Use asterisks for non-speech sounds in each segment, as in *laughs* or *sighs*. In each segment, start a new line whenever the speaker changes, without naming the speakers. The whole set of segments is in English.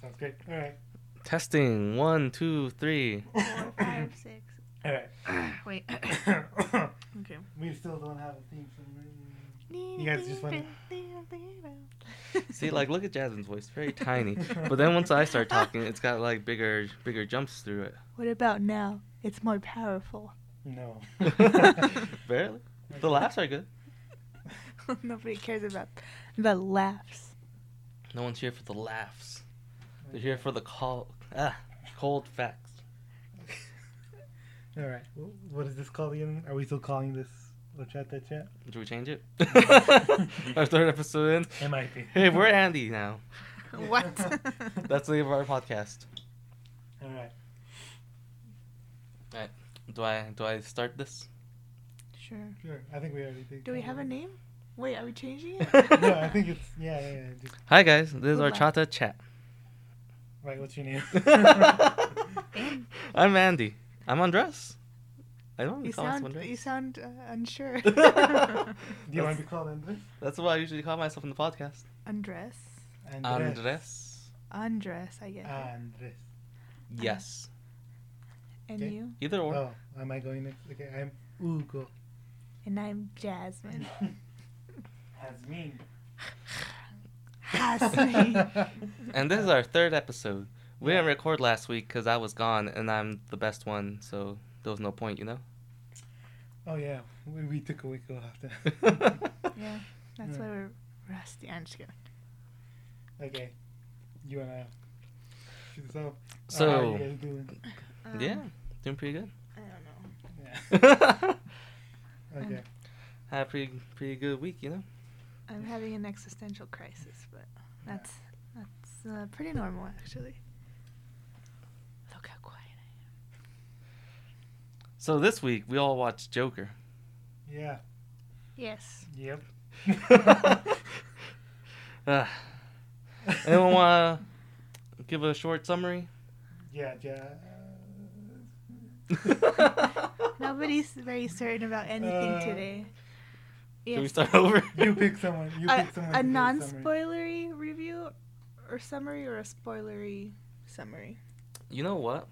Sounds good. All right.
Testing one, two, three.
Four, five, six.
All
*coughs*
right.
Wait. Okay.
we still don't have a theme song. guys just went-
See, like, look at Jasmine's voice, very tiny. *laughs* But then once I start talking, it's got like bigger, bigger jumps through it.
What about now? It's more powerful.
*laughs*
*laughs*
*laughs*
No.
Barely. The laughs are good.
Nobody cares about the laughs.
No one's here for the laughs. They're here for the call, ah, cold facts.
All right. Wh- What is this called again? Are we still calling this the chat that chat?
Should we change it? our third episode in.
It might be.
*laughs* Hey, we're Andy now.
*laughs* What?
*laughs*
That's the name of our podcast.
All right.
Do I do I start this?
sure.
Sure. I think we already did.
Do we have a name? Wait, are we changing it?
*laughs* No,
*laughs*
I think it's yeah, yeah, yeah. Just,
Hi guys, this is our
Goodbye.
Chata chat.
right. What's your
*laughs*
name?
I'm Andy. I'm Andres. I don't
You
call myself
sound,
*laughs*
you
Andres.
sound
*laughs*
uh, unsure. *laughs*
Do you want to be called Andres?
That's what I usually call myself in the podcast.
Undress.
Andres.
Undress, I guess.
Uh, Andres.
Yes.
and
okay.
you?
Either or.
Oh, am I going next? Okay, I'm Ugo.
And I'm
*laughs*
Jasmine.
Hasmin.
Hasmi.
*laughs*
And this is our third episode. We didn't record last week because I was gone and I'm the best one, so there was no
*laughs*
point, you know?
oh yeah, we, we took a week off. Then.
yeah, that's
Yeah.
why we're rusty. I'm just kidding.
Okay, you and I. Shoot this off. Uh, how
*laughs* so,
are you guys doing?
Um,
yeah, doing pretty
*laughs*
I don't know.
Yeah.
good.
Okay.
Had a pretty, pretty good week, you know?
I'm having an existential crisis, but that's that's uh, pretty normal actually. Look how quiet.
So this week we all watched Joker.
*laughs* Yeah.
Yes.
Yep.
Ugh. *laughs* anyone want to give a short summary?
*laughs* Yeah. Yeah.
Nobody's very certain about anything
Uh,
today.
Should we
Yes.
start over?
You pick someone. You
a
pick someone. to
a
do summary.
non-spoilery review, or summary, or a spoilery summary.
You know what?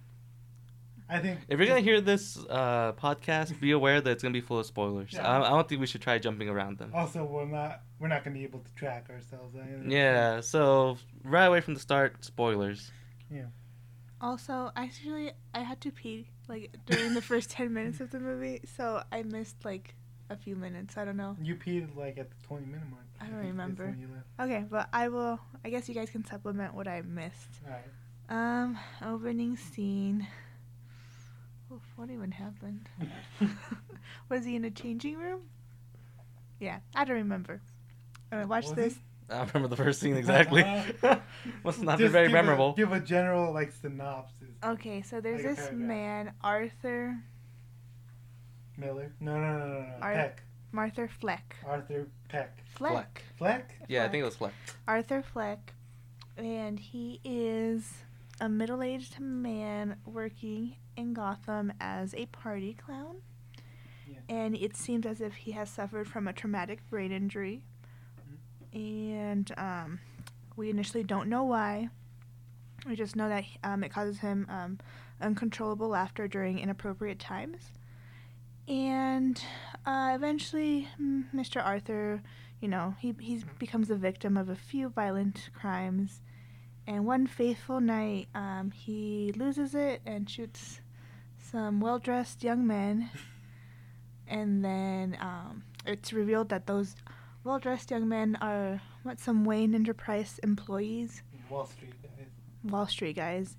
I think.
If you're gonna hear this uh, podcast, be aware that it's gonna be full of spoilers.
Yeah.
I, I don't think we should try jumping around them.
Also, we're not. We're not gonna be able to track ourselves. either.
Yeah. So right away from the start, spoilers.
Also, actually, I had to pee like during the first ten minutes of the movie, so I missed like a few minutes. I don't know.
You peed like at the 20 minute mark.
I don't
think that's
remember.
when you left.
Okay, but I will. I guess you guys can supplement what I missed.
Alright.
*laughs*
Um, opening scene. Oof, what even happened? *laughs* was he in a changing room? Yeah, I don't remember. I watched
Was
this.
I don't remember the first scene exactly. *laughs* Must not be
Just
very
give
memorable.
A, give a general like synopsis.
Okay, so there's
Like a
this
paragraph.
man, Arthur,
Miller. No, no, no, no, no.
Ar-
Peck.
Martha Fleck.
Arthur Peck.
Fleck.
Fleck.
Fleck.
Yeah, I think it was Fleck.
Arthur Fleck, and he is a middle aged man working in Gotham as a party clown.
Yeah.
And it seems as if he has suffered from a traumatic brain injury. And um, we initially don't know why. We just know that um, it causes him um, uncontrollable laughter during inappropriate times. And uh, eventually, mm, Mr. Arthur you know, he he becomes a victim of a few violent crimes, and one fateful night, um, he loses it and shoots some well-dressed young men, and then um, it's revealed that those well-dressed young men are what some Wayne Enterprise employees.
Wall Street. guys.
Wall Street guys.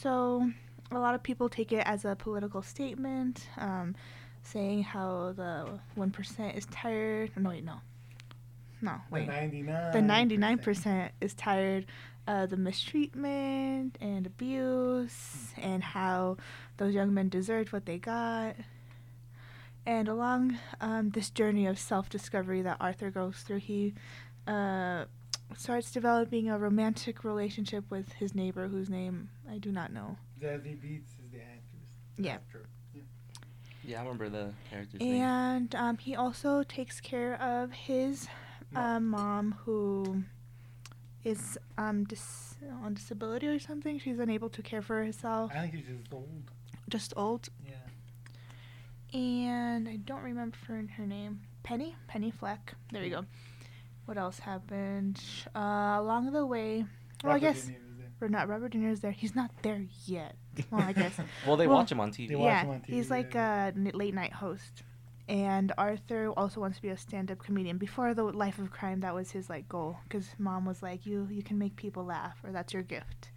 So a lot of people take it as a political statement, um, saying how the one percent is tired. No, wait, no, no,
The
wait.
99.
The ninety-nine percent is tired of the mistreatment and abuse, and how those young men deserved what they got. And along um, this journey of self-discovery that Arthur goes through, he uh, starts developing a romantic relationship with his neighbor, whose name I do not know.
Zazie Beats is the actress.
Yeah.
Actor.
Yeah, I remember the character's name.
And um, he also takes care of his
Mom.
um, mom, who is um, dis- on disability or something. She's unable to care for herself,
I think he's just old.
just old.
Yeah.
And I don't remember her, her name. Penny? Penny Fleck. There you go. What else happened? Uh, along the way, well, I
Robert De
guess
Niro's there.
we're not Robert De Niro's there. He's not there yet. *laughs* Well,
*laughs*
I guess.
Well, they
Well,
watch him on TV.
They watch
yeah,
him on
he's
TV,
like
yeah.
a n- late night host. And Arthur also wants to be a stand-up comedian. Before the Life of Crime, that was his like goal because mom was like, "You you can make people laugh, or that's your gift."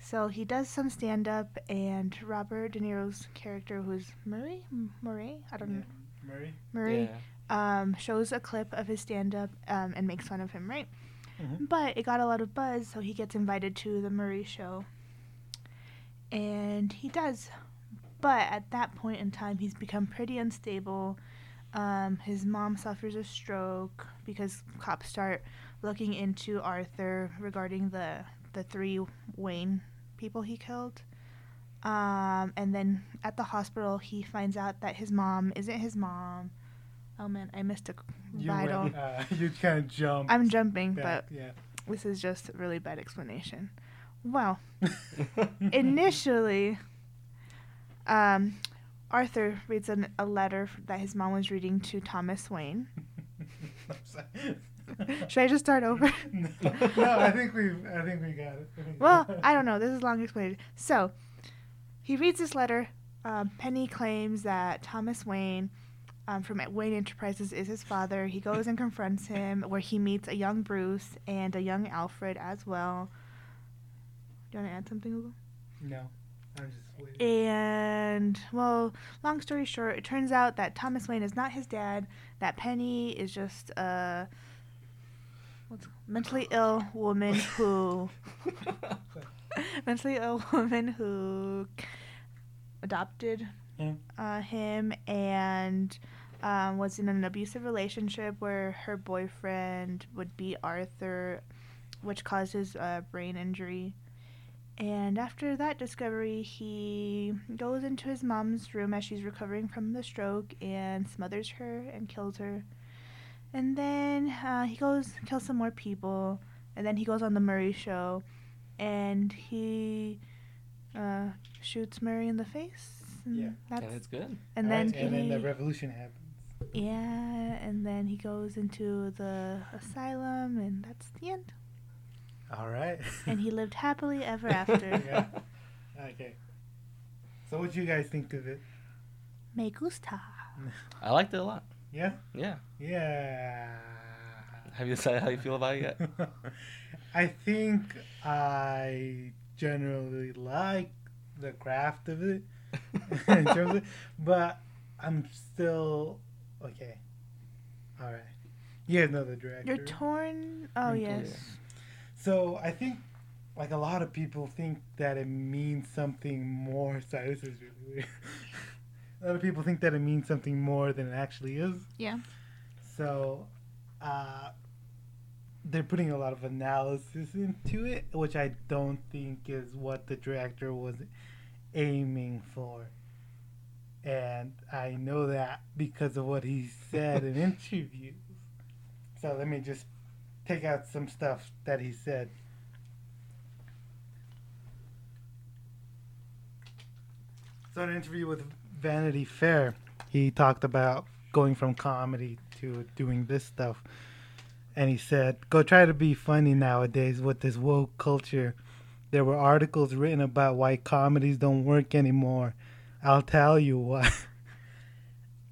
So he does some stand-up, and Robert De Niro's character, who's Murray, M- Murray, I don't know,
Yeah. Murray.
Murray,
Yeah.
um, shows a clip of his stand-up um, and makes fun of him, right?
Mhm.
But it got a lot of buzz, so he gets invited to the Murray show. And he does. But at that point in time, he's become pretty unstable. Um, his mom suffers a stroke because cops start looking into Arthur regarding the, the three Wayne people he killed. Um, and then at the hospital, he finds out that his mom isn't his mom. Oh man, I missed a
You
vital.
went, uh, *laughs* you kind of jump.
I'm jumping, but
back, yeah.
this is just a really bad explanation. Well, initially, um, Arthur reads an, a letter f- that his mom was reading to
*laughs*
Thomas Wayne.
*laughs* I'm sorry.
*laughs* Should I just start over?
*laughs* no, no, I think we I think we got it. think we
well,
got it.
I don't know. This is long explanation. So, he reads this letter. Um, Penny claims that Thomas Wayne um, from Wayne Enterprises is his father. He goes and confronts him, where he meets a young Bruce and a young Alfred as well. Do you want to add something, Google?
No, I'm just waiting.
And well, long story short, it turns out that Thomas Wayne is not his dad. That Penny is just a what's mentally ill
*laughs*
woman who mentally ill woman who adopted
Yeah.
uh, him and um, was in an abusive relationship where her boyfriend would be Arthur, which causes uh, brain injury. And after that discovery, he goes into his mom's room as she's recovering from the stroke and smothers her and kills her. And then uh, he goes kills some more people. And then he goes on the Murray show, and he uh, shoots Murray in the face. and
Yeah.
That's,
and it's good.
and
All
then
right,
he,
and then the revolution happens.
yeah, and then he goes into the asylum, and that's the end.
*laughs* All right.
And he lived happily ever after.
*laughs* Yeah. *laughs* okay. So what do you guys think of it?
Me gusta.
*laughs* I liked it a lot.
Yeah.
Yeah.
Yeah.
Have you decided how you feel about it yet?
*laughs* I think I generally like the craft of it, *laughs* in terms of, but I'm still okay. All right. You guys know the director.
You're torn. Oh
I'm
yes.
So I think, like a lot of people think that it means something more. *laughs* Sorry, this is really weird. a lot of people think that it means something more than it actually is.
Yeah.
So, uh, they're putting a lot of analysis into it, which I don't think is what the director was aiming for. And I know that because of what he said in interviews. So let me just take out some stuff that he said. So, in an interview with Vanity Fair, he talked about going from comedy to doing this stuff. And he said, Go try to be funny nowadays with this woke culture. There were articles written about why comedies don't work anymore. I'll tell you why.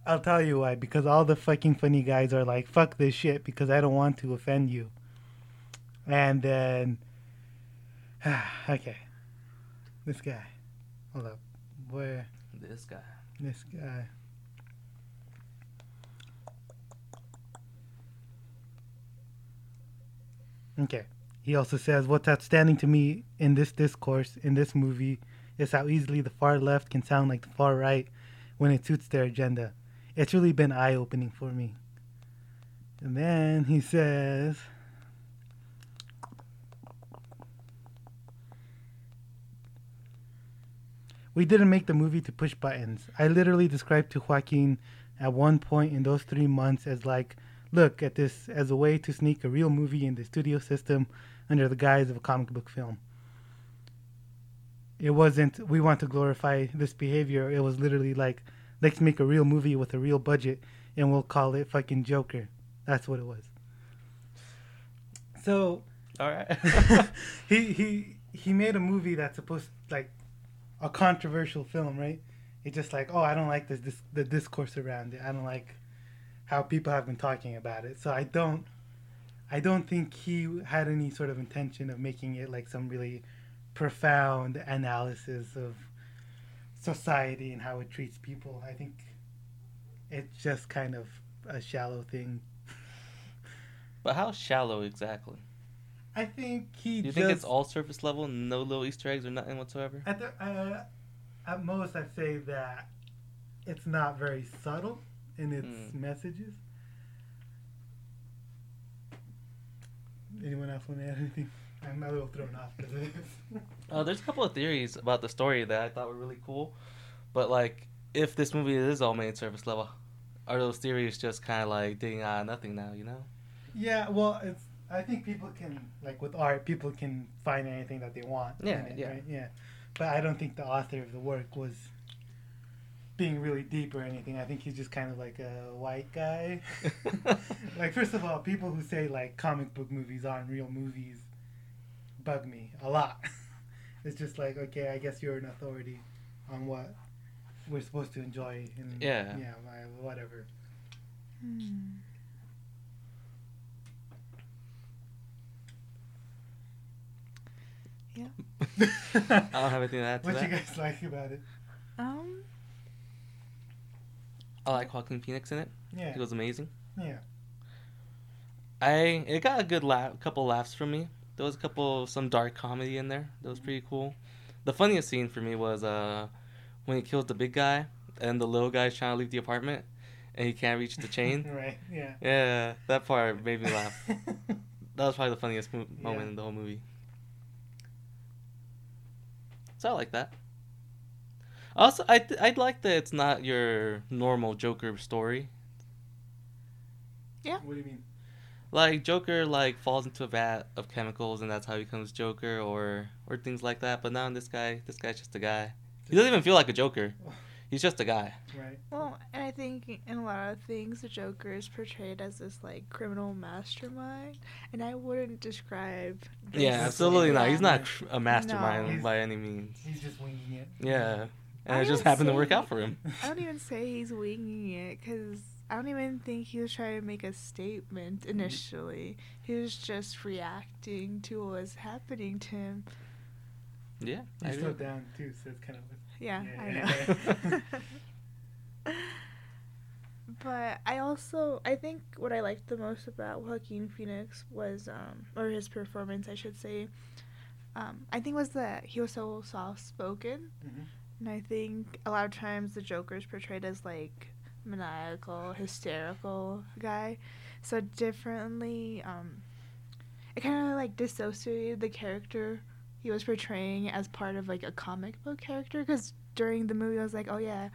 I'll tell you why. Because all the fucking funny guys are like, fuck this shit because I don't want to offend you. And then. *sighs* okay. This guy. Hold up. Where?
This guy.
This guy. Okay. He also says, What's outstanding to me in this discourse, in this movie, is how easily the far left can sound like the far right when it suits their agenda. It's really been eye opening for me. And then he says, We didn't make the movie to push buttons. I literally described to Joaquin at one point in those three months as like look at this as a way to sneak a real movie in the studio system under the guise of a comic book film. It wasn't, we want to glorify this behavior. It was literally like, let's make a real movie with a real budget and we'll call it fucking Joker. That's what it was. So
All *laughs* right.
*laughs* he he he made a movie that's supposed like a controversial film, right? It's just like, oh, I don't like this, this the discourse around it. I don't like how people have been talking about it. So I don't I don't think he had any sort of intention of making it like some really profound analysis of society and how it treats people. I think it's just kind of a shallow thing.
but how shallow exactly?
I think he
Do you
just
think it's all surface level, no little Easter eggs or nothing whatsoever?
At the uh, at most, I'd say that it's not very subtle in its
Mm.
messages. Anyone else want to add anything? I'm a little thrown off because of this.
Uh, there's a couple of theories about the story that I thought were really cool, but like, if this movie is all made surface level, are those theories just kind of like digging out of nothing now? You know?
*laughs*
*laughs*
yeah, well, it's. I think people can like with art, people can find anything that they want. in
Yeah,
it,
yeah.
right? yeah. But I don't think the author of the work was being really deep or anything. I think he's just kind of like a white guy. *laughs* like first of all, people who say like comic book movies aren't real movies bug me a lot. *laughs* it's just like okay, I guess you're an authority on what we're supposed to enjoy and
Yeah.
yeah, my,
*laughs*
whatever.
Hmm.
I don't have anything to add to
what
that.
you guys *laughs* like about it?
Um,
I like Joaquin Phoenix in it.
Yeah,
He was amazing.
yeah.
I it got a good laugh, couple laughs from me. There was a couple some dark comedy in there. That was pretty cool. The funniest scene for me was uh when he kills the big guy and the little guy's trying to leave the apartment and he can't reach the
*laughs*
chain.
right. Yeah.
yeah, that part made me
*laughs*
laugh. That was probably the funniest mo- moment
Yeah.
in the whole movie. So I like that. Also, I th- I'd like that it's not your normal Joker story.
what do you mean?
like Joker like falls into a vat of chemicals and that's how he becomes Joker or or things like that. But now this guy, this guy's just a guy. He doesn't even feel like a Joker. He's just a guy.
Right.
well, and I think in a lot of things, the Joker is portrayed as this like criminal mastermind, and I wouldn't describe. this-
Yeah, absolutely not. He's not cr- a
No.
mastermind
He's-
by any means.
He's just winging it. *laughs*
Yeah, and
I
it just
don't
happened to work
see-
out for him.
I don't even say he's winging it because I don't even think he was trying to make a statement initially. He was just reacting to what was happening to him.
Yeah, I
He's
agree.
slowed down too, so it's kind of.
Yeah,
Yeah.
I know. *laughs* but I also I think what I liked the most about Joaquin Phoenix was um or his performance I should say, um I think was that he was so soft spoken
Mhm.
and I think a lot of times the Joker is portrayed as like maniacal, hysterical guy, so differently. Um, it kind of like dissociated the character he was portraying as part of like a comic book character because during the movie I was like, oh yeah,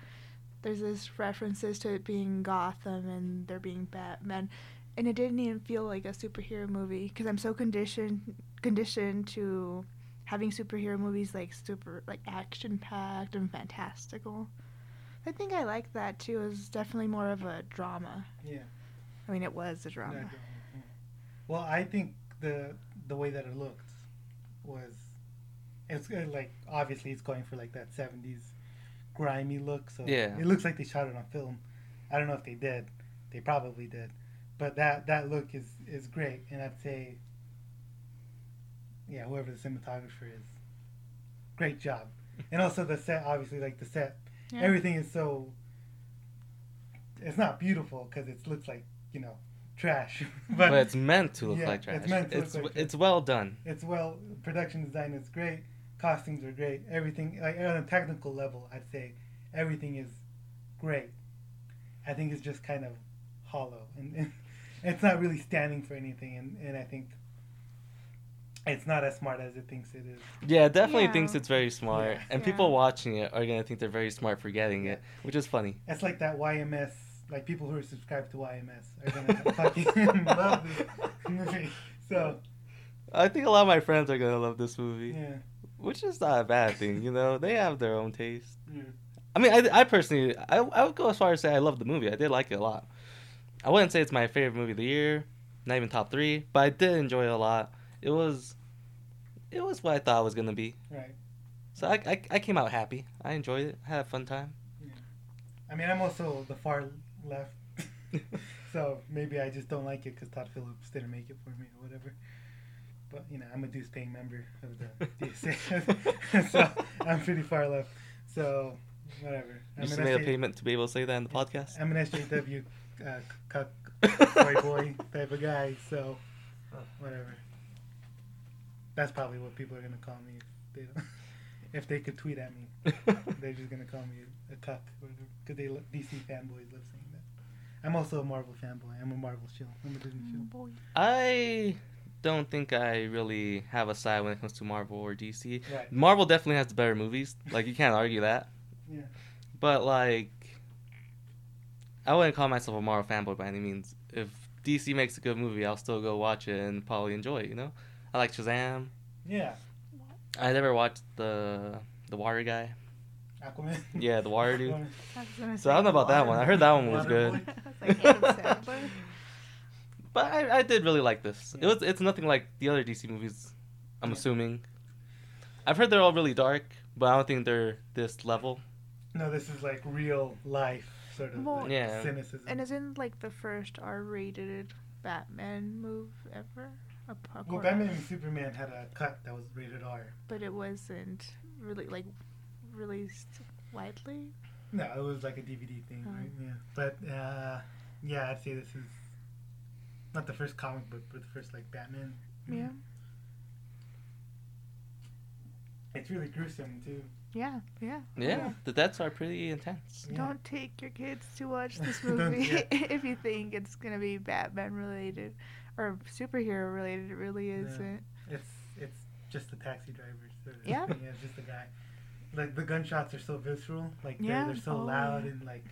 there's this references to it being Gotham and there being Batman, and it didn't even feel like a superhero movie because I'm so conditioned conditioned to having superhero movies like super like action packed and fantastical. I think I like that too. It was definitely more of a drama.
Yeah.
I mean, it was a
No,
drama.
I don't. Mm. Well, I think the the way that it looked was it's uh, like obviously it's going for like that seventies grimy look. So
Yeah.
it looks like they shot it on film. I don't know if they did. They probably did, but that that look is is great, and I'd say yeah, whoever the cinematographer is, great job. And also the set, obviously, like the set
Yeah.
everything is so it's not beautiful because it looks like you know trash *laughs*
But it's meant to look
Yeah,
like
it's
trash. It's
meant to look
it's,
like trash.
well done.
it's well production design is great costumes are great everything like on a technical level i'd say everything is great i think it's just kind of hollow and, and *laughs* it's not really standing for anything and, and i think it's not as smart as it thinks it is
Yeah, it definitely
Yeah.
thinks it's very smart,
Yeah.
and
Yeah.
people watching it are gonna think they're very smart for getting it, which is funny.
it's like that yms like people who are subscribed to YMS are gonna fucking *laughs* love this movie. *laughs* So
I think a lot of my friends are gonna love this movie,
yeah,
which is not a bad thing. You know, they have their own taste.
yeah.
I mean, I, I personally, I, I would go as far as say I love the movie. I did like it a lot. I wouldn't say it's my favorite movie of the year, not even top three, but I did enjoy it a lot. It was, it was what I thought it was gonna be.
right.
So I, I, I came out happy. I enjoyed it. I had a fun time.
I mean, I'm also the far left, *laughs* so maybe I just don't like it because Todd Phillips didn't make it for me or whatever. But you know, I'm a dues-paying member of the DSA, *laughs* so I'm pretty far left. So whatever.
You
I'm
just
an
made a
SJ
payment to be able to say that in the podcast.
I'm an SJW uh, cuck
*laughs*
boy *laughs* boy type of guy, so whatever. That's probably what people are gonna call me if they don't- *laughs* if they could tweet at me. They're just gonna call me a cuck because they lo- DC fanboys love saying that. I'm also a Marvel fanboy. I'm a Marvel shill. I'm a Disney shill.
Mm-hmm.
Boy.
*laughs* I don't think I really have a side when it comes to Marvel or DC.
Right.
Marvel definitely has the better movies. Like you can't argue that.
Yeah.
But like, I wouldn't call myself a Marvel fanboy by any means. If DC makes a good movie, I'll still go watch it and probably enjoy it. You know, I like Shazam.
Yeah.
I never watched the the Water guy.
Aquaman.
Yeah, the Water dude.
Aquaman.
I was gonna
So I don't know
say
about that one. I heard that one was
Water
good.
boy.
*laughs* I was like, Adam Sandler.
*laughs* But I, I did really like this. It was it's nothing like the other DC movies. I'm
Yeah.
assuming. I've heard they're all really dark, but I don't think they're this level.
No, this is like real life sort of
Well-
like
Yeah.
cynicism.
And isn't like the first R-rated Batman move ever? Apoc-
well, Batman and Superman had a cut that was rated R.
But it wasn't really like released widely.
No, it was like a DVD thing,
Oh.
right? Yeah. But uh, yeah, I'd say this is not the first comic book, but the first like Batman.
Yeah.
It's really gruesome too.
Yeah. Yeah.
Yeah, the deaths are pretty intense.
Yeah.
Don't take your kids
*laughs*
to watch this
Don't-
movie
yeah.
*laughs* if you think it's gonna be Batman related or superhero related. It really
No.
isn't.
It's it's just a taxi driver. Sort of
Yeah.
thing. It's just a guy. Like the gunshots are so visceral. Like they're,
Yeah.
they're so
Oh,
loud
yeah.
and like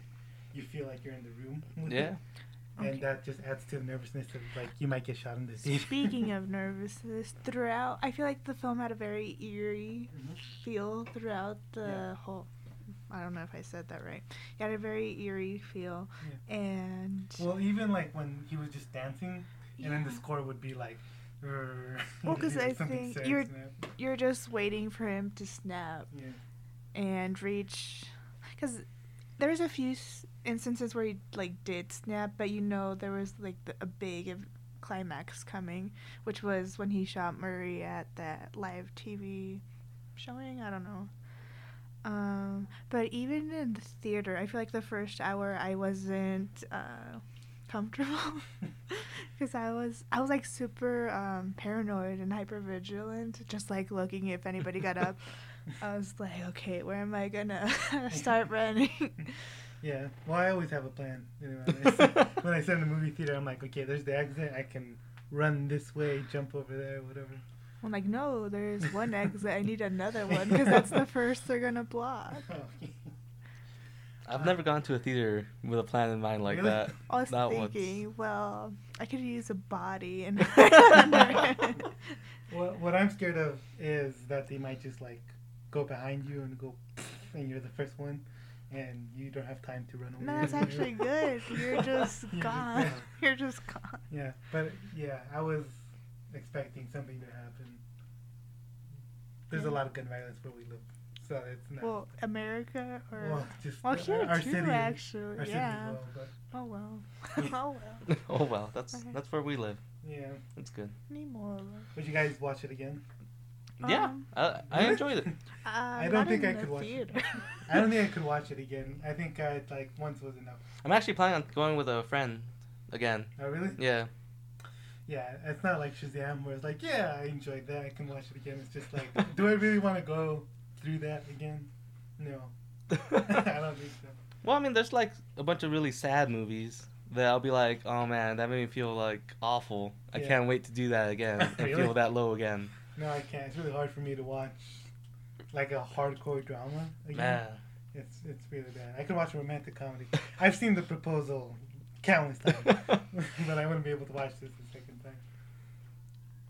you feel like you're in the room. *laughs* with it.
Yeah,
And
Okay.
that just adds to the nervousness of like you might get shot in
*laughs*
this.
Speaking of nervousness, throughout, I feel like the film had a very eerie
Mhm.
feel throughout the
Yeah.
whole. I don't know if I said that right. It had a very eerie feel, and
*laughs* Well, even like when he was just dancing, and then the
Yeah.
score would be like. *laughs* Well, *laughs*
'cause I think you're- you're just waiting for him to snap
Yeah.
and reach, because there's a few s- instances where he like did snap, but you know there was like the, a big ev- climax coming, which was when he shot Murray at that live TV showing. I don't know. Um, but even in the theater, I feel like the first hour I wasn't uh, comfortable *laughs* because I was I was like super um, paranoid and hyper vigilant, just like looking if anybody got up. I was like, okay, where am I gonna *laughs* start running?
Yeah. Well, I always have a plan. You know, when I
*laughs*
sit- when I sit in the movie theater, I'm like, okay, there's the exit. I can run this way, jump over there, whatever.
I'm like, no, there's one exit. I need another one because that's the first they're gonna block.
I've never gone to a theater with a plan in mind like
Really? *laughs*
that.
I was
Not once.
thinking, well, I could use a body and. *laughs*
What, what I'm scared of is that they might just like go behind you and go, *laughs* and you're the first one, and you don't have time to run away.
No, that's
or whatever.
actually good. You're just *laughs*
You're just
gone.
gone.
You're just gone.
*laughs* Yeah, but yeah, I was expecting something to happen. There's a
Yeah.
lot of gun violence where we live, so it's not.
Well, America or
well, just
well
the-
here
our, our
too,
city,
actually.
our city
yeah.
as well, but
Oh well. *laughs*
Yeah.
oh well.
oh well, that's
Okay.
that's where we live.
yeah.
That's good.
Need more. of them.
Would you guys watch it again?
yeah,
Um,
I, I
Really?
enjoyed it.
Uh,
don't
not
think
in
I
the
could watch it.
theater.
*laughs* I don't think I could watch it again. I think I like once was enough.
I'm actually planning on going with a friend again.
Oh really? *laughs*
Yeah,
Yeah, it's not like Shazam where it's like, yeah, I enjoyed that. I can watch it again. It's just like, do I really want to go through that again? No, *laughs* I don't think so.
Well, I mean, there's like a bunch of really sad movies that I'll be like, oh man, that made me feel like awful. I
Yeah.
can't wait to do that
*laughs*
again and
Really?
feel that low again.
No, I can't. It's really hard for me to watch like a hardcore drama again.
Man,
It's it's really bad. I could watch a romantic comedy. I've seen The Proposal countless times, *laughs* but I wouldn't be able to watch this the second time.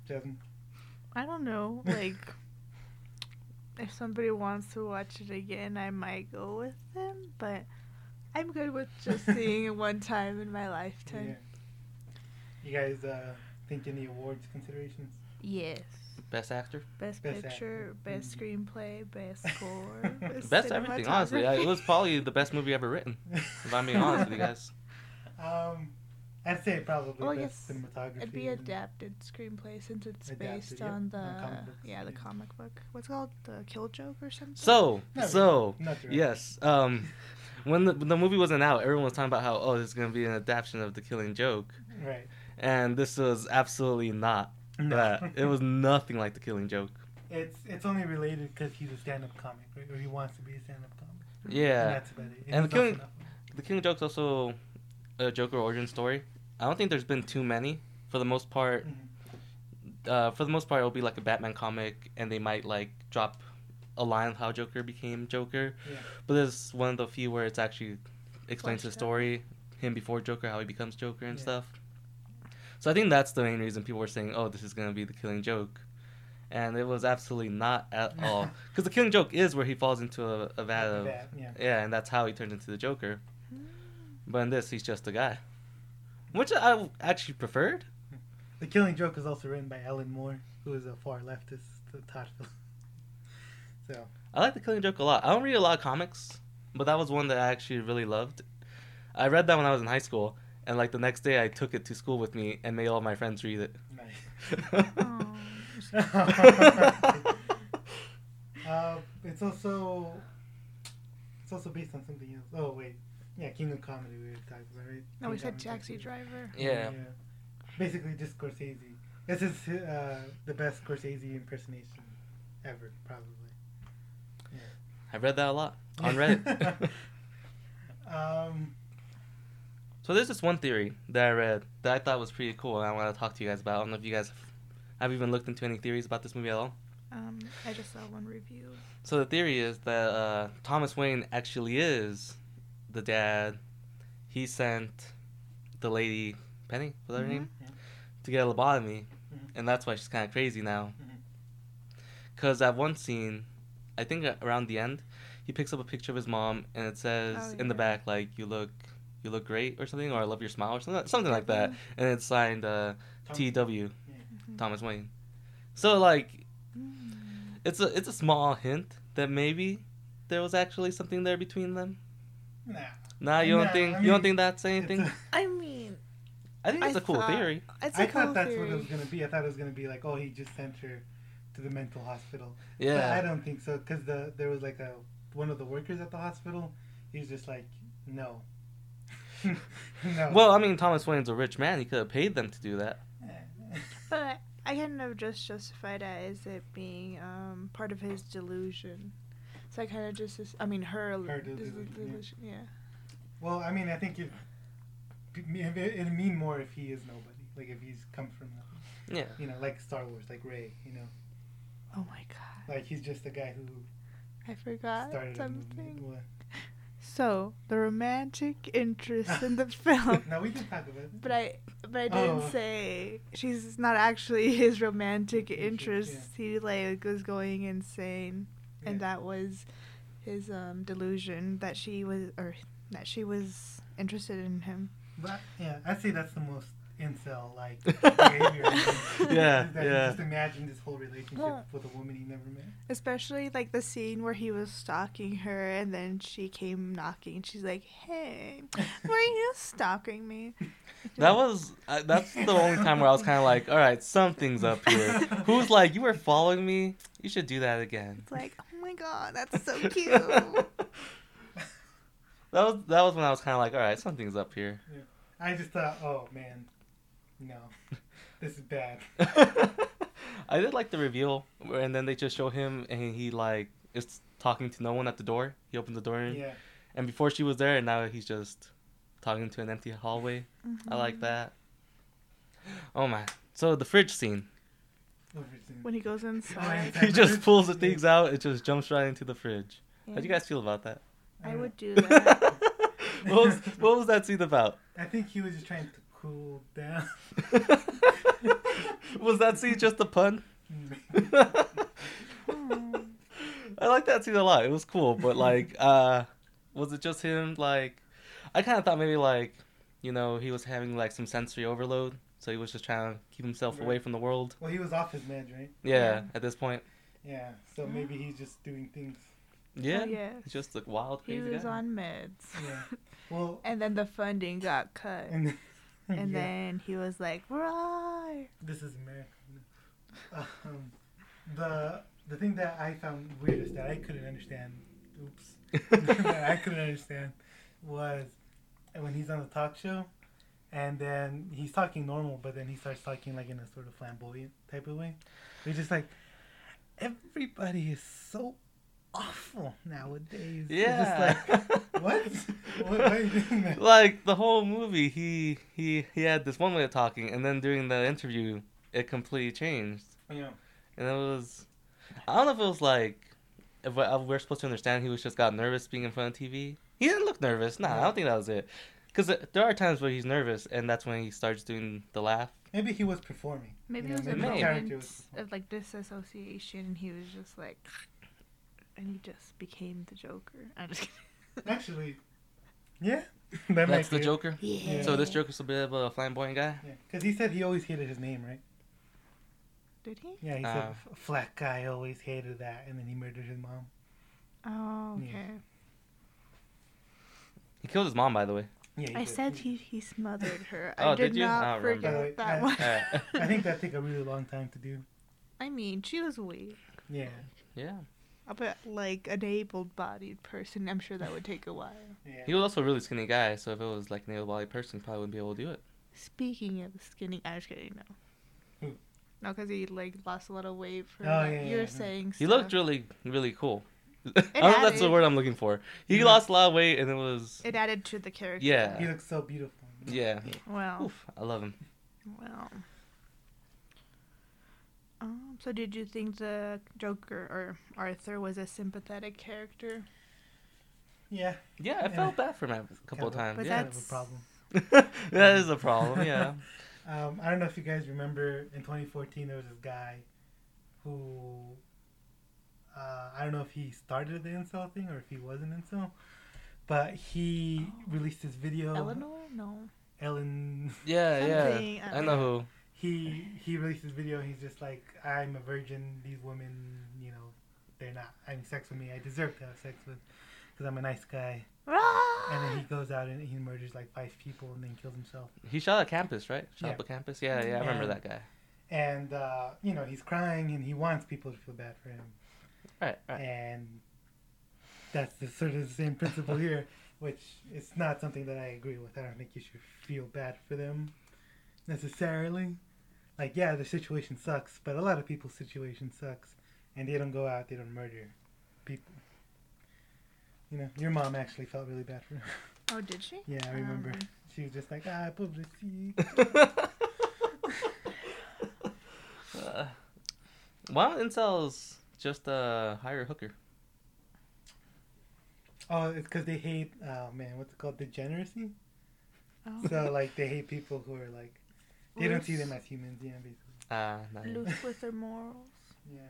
Jasmine,
I don't know.
*laughs*
Like, if somebody wants to watch it again, I might go with them, but I'm good with
*laughs*
just seeing it one time in my lifetime.
you guys uh, think any awards considerations?
Yes.
Best actor.
Best,
Best actor.
picture,
Mm-hmm.
best
*laughs*
screenplay, best score, best,
Best everything, honestly. I, it was
cinematography.
probably the best movie ever written. If I'm being honest with you guys.
*laughs* Um, I'd say probably
Well, I
best
guess
cinematography.
*laughs* It'd be
and-
adapted screenplay since it's
Adapted,
based
yep,
on the
on comic books,
yeah the
yeah.
comic book. What's it called the Kill Joke or something.
So,
No,
so,
not direct.
yes. Um, when the, when the movie wasn't out, everyone was talking about how oh, this is gonna be an adaptation of The Killing Joke,
Right.
and this was absolutely not.
No.
That
*laughs*
it was nothing like The Killing Joke.
It's it's only related because he's a stand-up comic, right? Or he wants to be a stand-up comic. And
Yeah,
that's about it.
And
it's
the
also
Killing- The Killing Joke's also a Joker origin story. I don't think there's been too many. For the most part,
not-
uh, for the most part, it'll be like a Batman comic, and they might like drop a line of how Joker became Joker.
Yeah.
But there's one of the few where it's actually explains
Fleshed
his
out.
story, him before Joker, how he becomes Joker and
Yeah.
stuff. So I think that's the main reason people were saying, "Oh, this is gonna be the Killing Joke," and it was absolutely not at all. Because the Killing Joke is where he falls into a, a vat of
Bat, yeah.
yeah, and that's how he turns into the Joker. But in this, he's just a guy, which I actually preferred.
The Killing Joke is also written by Alan Moore, who is a far leftist to Todd Phillips. *laughs* So
I like the Killing Joke a lot. I don't read a lot of comics, but that was one that I actually really loved. I read that when I was in high school, and like the next day, I took it to school with me and made all my friends read it.
Aw.
nice. *laughs* uh, it's also it's also based on something else. Oh wait, yeah, King of Comedy we were talking about, right?
No, we
King
said
Kong,
Taxi Driver.
*laughs* yeah.
Basically, just Scorsese. This is uh, the best Scorsese impersonation ever, probably.
I read that a lot
*laughs*
on Reddit.
Um,
so there's this one theory that I read that I thought was pretty cool, and I want to talk to you guys about. I don't know if you guys have, have even looked into any theories about this movie at all.
Um, I just saw one review.
So the theory is that uh, Thomas Wayne actually is the dad. He sent the lady Penny, was that her
Mhm.
name,
Yeah.
to get a lobotomy,
Mm-hmm.
Mhm.
and that's why she's kind of crazy now.
Mhm.
Because at one scene, I think a- around the end, he picks up a picture of his mom, and it says
Oh,
in the
yeah.
back like "You look, you look great" or something, or "I love your smile" or something, something like that,
Mhm.
and it's signed uh,
Tom-
T.W.
Mhm.
Thomas Wayne. So like
Mm.
it's a it's a small hint that maybe there was actually something there between them.
Nah,
Nah, you don't
Nah,
think
I
you don't
mean,
think
it's
that's anything.
a-
I
I mean,
think it's a
I
cool
thought-
theory.
it's a
I
cool
thought that's
theory.
what it was gonna be. I thought it was gonna be like, oh, he just sent her to the mental hospital. But I
Yeah,
don't think so because the there was like a one of the workers at the hospital. He was just like, no, *laughs* no.
Well, I mean, Thomas Wayne's a rich man. He could have paid them to do that.
But I kind of just justified that as it being um, part of his delusion. So I kind of just, as- I mean, her, l-
Her
dis-
delusion, yeah.
delusion, yeah.
*laughs* well, I mean, I think it it it'd mean more if he is nobody, like if he's come from, nothing.
Yeah.
you know, like Star Wars, like Ray, you know,
Oh my god,
like he's just a guy who
I forgot
started a
something.
movement. What?
So the romantic interest in
*laughs*
the film,
No, we did talk about it.
but I, but I didn't
Oh.
say she's not actually *laughs* his romantic
Interest,
interest. He like was going insane, and
Yeah.
that was his um, delusion that she was, or that she was interested in him.
But, yeah, I'd say that's the most incel
*laughs*
like behavior.
*laughs*
Yeah,
Is that he
yeah.
Just imagine this whole relationship
Well-
with a woman he never met.
Especially like the scene where he was stalking her and then she came knocking. She's like, "Hey, were you
*laughs*
stalking me?"
That was uh, that's the only time where I was kind
*laughs*
of like, all right, something's up here. Who's like, you were following me? You should do that again.
It's like, "Oh my god, that's
*laughs*
so cute." I
That was that was when I was kind of like, all right, something's up here.
I just thought, oh man, no, this is
*laughs*
bad.
I did like the reveal, where- and then they just show him, and he like is talking to no one at the door. He opens the door, and,
Yeah,
and before she was there, and now he's just talking to an empty hallway. I
Mm. Mm-hmm.
like that. Oh my! So the fridge scene,
Overton.
When he goes inside, Mm.
he just pulls the things out. It just jumps right into the fridge. How do you guys feel about that?
I would
*laughs*
do that.
what, was, what was that scene about? *laughs*
I think he was just trying to cool down.
was that
*laughs*
scene just a pun? *laughs* I like that scene a lot. It was cool, but
*laughs*
like, uh, was it just him? Like, I kind of thought maybe like, you know, he was having like some sensory overload, so he was just trying to keep himself away
Right.
from the world.
well, he was off his meds, right?
Yeah,
Yeah.
at this point.
Yeah. So maybe he's just doing things.
Yeah,
Oh, yes.
he's just like wild,
He
crazy
*laughs*
*laughs*
was
guy.
on meds.
Yeah.
*laughs*
Well,
And then the funding got cut.
and, *laughs*
And
yeah,
then he was like, right.
this is America. Um, the the thing that I found weirdest that I couldn't understand. Oops.
*laughs*
that I couldn't understand was when he's on the talk show, and then he's talking normal, but then he starts talking like in a sort of flamboyant type of way. It's just like everybody is so awful nowadays.
yeah.
It's just
*laughs*
like *laughs* what? what? Why are you doing that?
like the whole movie he he he had this one way of talking and then during the interview it completely changed
Yeah.
and it was i don't know if it was like if we- if we're supposed to understand he was just got nervous being in front of tv he didn't look nervous nah i
No.
don't think that was it because there are times where he's nervous and that's when he starts doing the laugh
Maybe he was performing.
Maybe
Yeah,
it was a
maybe. Maybe.
Character
moment
was-
of like disassociation, and he was just like, and he just became the Joker. *laughs* I'm just kidding.
Actually, yeah. *laughs* That
that's
might
the
be it.
joker
Yeah.
so this joker's a bit of a flamboyant guy
Yeah, because he said he always hated his name, right?
Did he?
Yeah, he
Uh.
said "F- flat guy always hated that, and then he murdered his mom.
Oh,
Yeah.
okay.
he killed his mom by the way
Yeah, he
I
did.
said he, he smothered her. I
Oh,
did,
did you?
not
I don't remember.
forget
By the way, I-
that one.
Alright.
Uh, I think that take a really long time to do.
*laughs* I mean, she was weak.
Yeah,
yeah
I bet, like, an able-bodied person, I'm sure that would take a while.
yeah.
he was also a really skinny guy so if it was like an able-bodied person he probably wouldn't be able to do it
Speaking of skinny, I was kidding, no.
Who?
No, because he, like, lost a lot of weight for,
Oh,
like,
yeah,
you're
yeah, no.
saying
He
stuff.
looked really, really cool. *laughs* I don't know if that's the
added.
word I'm looking for. He
Yeah.
lost a lot of weight and it was.
It added to the character.
Yeah.
He looks so beautiful.
Yeah.
Well,
Oof, I love him.
well. Um, so did you think the Joker or Arthur was a sympathetic character?
Yeah,
Yeah, I
Yeah.
felt bad for him a couple of
Kind
times.
But
yeah.
kind of a problem.
*laughs* that *laughs* is a problem, yeah.
Um, I don't know if you guys remember in 2014 there was this guy who uh, I don't know if he started the incel thing or if he was an incel, but he released this video.
Eleanor? No.
Ellen.
Yeah,
Something,
yeah.
I
I
don't
know who.
He he released this video. He's just like, I'm a virgin. These women, you know, they're not having sex with me. I deserve to have sex with because I'm a nice guy.
Ah!
And then he goes out and he murders like five people and then kills himself.
He shot at campus, right? Shot
Yeah.
up a campus? Yeah, yeah, I remember
And-
that guy.
And uh, you know he's crying and he wants people to feel bad for him.
Right,
*laughs*
right. *laughs*
and that's the sort of the same principle here, which is not something that I agree with. I don't think you should feel bad for them necessarily. Like, yeah, the situation sucks, but a lot of people's situation sucks, and they don't go out, they don't murder people. You know, your mom actually felt really bad for *laughs* her.
Oh, did she?
yeah, I remember.
Um,
She was just like, ah, publicity.
uh, why don't incels just uh, hire a hooker?
Oh, it's because they hate, oh man, what's it called? Degeneracy?
Oh.
So, like, they hate people who are like, they don't see them as humans, yeah, basically.
Uh, not even.
Loose with their morals.
Yeah.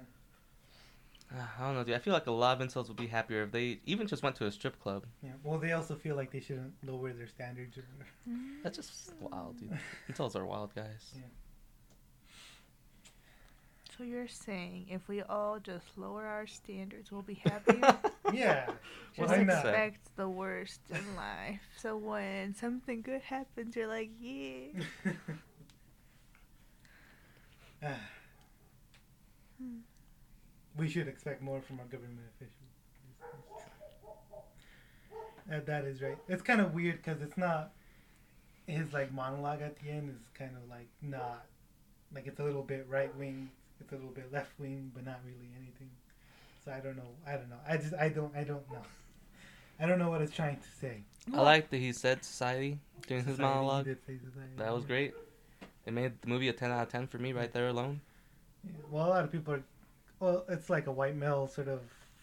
Uh, I don't know, dude. I feel like a lot of incels would be happier if they even just went to a strip club.
Yeah, well, they also feel like they shouldn't lower their standards. Or *laughs* whatever.
That's just wild, dude. Incels are wild guys.
So you're saying if we all just lower our standards, we'll be
*laughs*
*laughs*
happier?
Yeah,
just
why not?
expect the worst in life. So when something good happens, you're like, yeah.
Ah.
Hmm.
*sighs* we should expect more from our government officials. That, that is right. It's kind of weird because it's not his like monologue at the end is kind of like not like it's a little bit right wing, it's a little bit left wing, but not really anything. So I don't know. I don't know. I just I don't I don't know. *laughs* I don't know what it's trying to say.
I like that he said society during his
Society, he
monologue.
did say society,
That was
yeah.
great. It made the movie a 10 out of 10 for me right there alone.
Yeah, Well, a lot of people are. Well, it's like a white male sort of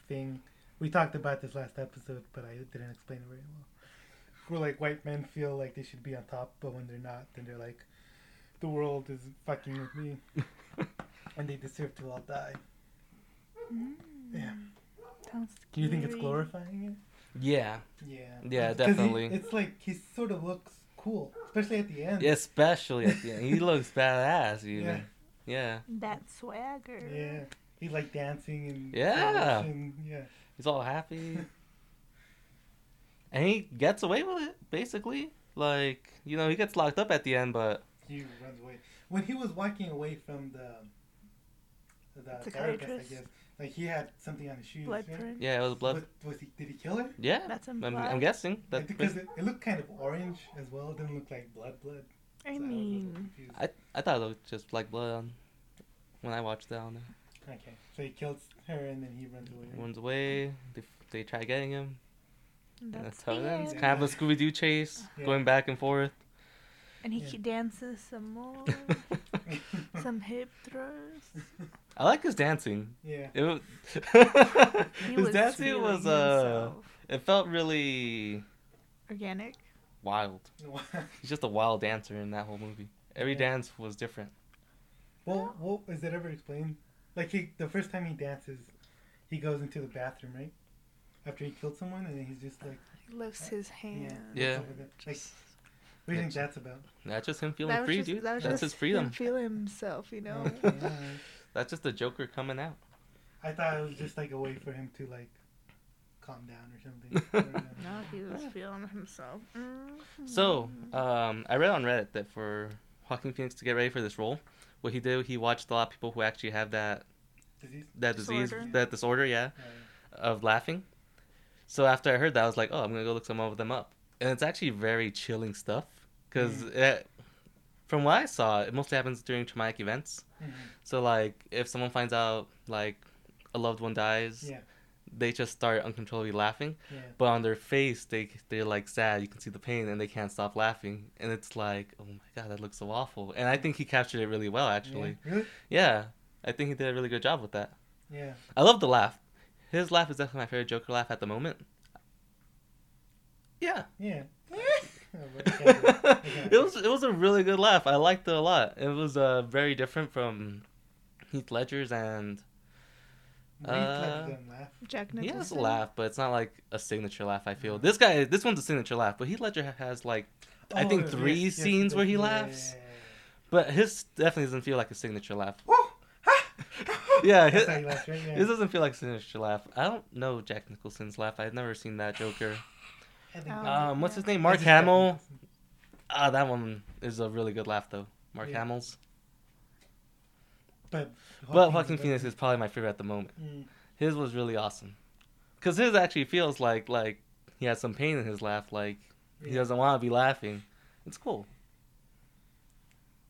thing. We talked about this last episode, but I didn't explain it very well. Where like white men feel like they should be on top, but when they're not, then they're like, the world is fucking with me, and they deserve to all die. Yeah.
Sounds
Do you think it's
scary.
glorifying it?
Yeah,
Yeah.
Yeah,
'Cause he-
definitely.
it's like he sort of looks cool, especially at the end.
especially at the end. He looks badass. Even.
Yeah.
Yeah. yeah,
That swagger.
Yeah. He's like dancing and
Yeah.
and yeah.
he's all happy, and he gets away with it basically. Like you know, he gets locked up at the end, but
He runs away when he was walking away from the the therapist.
Psychiatrist.
I guess like he had something on his shoes.
Blood
right?
print.
yeah, it was blood.
Was, was he? Did he kill her?
Yeah,
That's
I'm,
implied.
I'm guessing
Like,
that.
because it, it looked kind of orange as well. It didn't look like blood. Blood.
I
So was a little
mean,
confused.
I thought it looked just like blood on, when I watched that. On there.
okay. So he kills her and then he runs away.
He runs away. They, they try getting him. and that's
that's
how it
the
ends.
end.
Yeah.
Kind of a Scooby Doo chase,
Yeah.
going back and forth.
*laughs* And he
Yeah.
dances some
*laughs*
more,
*laughs*
some hip thrusts.
I like his dancing.
yeah.
It *laughs* was,
He
his dancing
feeling
was uh,
himself.
it felt really
organic.
wild. He's just a wild dancer in that whole movie. Every
Yeah.
dance was different.
well, well, is that ever explained? Like he, the first time he dances, he goes into the bathroom, right? After he killed someone, and then he's just like,
He lifts his hand.
Yeah.
over there. Like, what do you think that's about?
That's just him feeling
That was
free,
just-
dude.
that was
That's
just
his
him
freedom.
feeling himself, you *laughs* know.
Okay, alright.
That's just the Joker coming out.
I thought it was just like a way for him to like calm down or uh, something. I
*laughs*
don't know.
no, he was feeling himself. Mhm.
So, um, I read on Reddit that for Joaquin Phoenix to get ready for this role, what he did, he watched a lot of people who actually have that
Disease?
that disease,
Disorder.
that disorder, yeah,
Alright.
of laughing. So after I heard that, I was like, oh, I'm gonna go look some of them up, and it's actually very chilling stuff because from what I saw, it mostly happens during traumatic events.
Mhm.
So like, if someone finds out like a loved one dies,
Yeah.
they just start uncontrollably laughing.
Yeah.
But on their face, they they're like sad. You can see the pain, and they can't stop laughing. And it's like, oh my god, that looks so awful. And I think he captured it really well, actually.
Yeah. Really?
Yeah, I think he did a really good job with that.
Yeah.
I love the laugh. His laugh is definitely my favorite Joker laugh at the moment. Yeah,
Yeah. *laughs* Oh, but I can't do it.
*laughs* it was it was a really good laugh. I liked it a lot. It was uh, very different from Heath Ledger's and
Reed let
Uh,
them laugh.
Jack
He
Nicholson.
has a laugh, but it's not like a signature laugh. I feel
No.
this guy, this one's a signature laugh, but Heath Ledger has like, I
Oh,
think
yes,
three
yes, yes,
scenes where
does.
he
Yeah,
laughs,
yeah, yeah, yeah.
but his definitely doesn't feel like a signature laugh. *laughs* Yeah,
yeah,
his,
that's how he laughs, right? Yeah.
his doesn't feel like a signature laugh. I don't know Jack Nicholson's laugh. I've never seen that Joker.
I think
Um,
that's-
Um, what's his
yeah.
name? Mark
Oh, that's Jack
Hamill.
Nicholson.
Ah, that one is a really good laugh though. Mark
Yeah.
Hamill's.
But
But Joaquin Phoenix is probably my favorite at the moment.
Mm,
His was really awesome, cause his actually feels like like he has some pain in his laugh, like he
yeah.
doesn't want to be laughing. It's cool.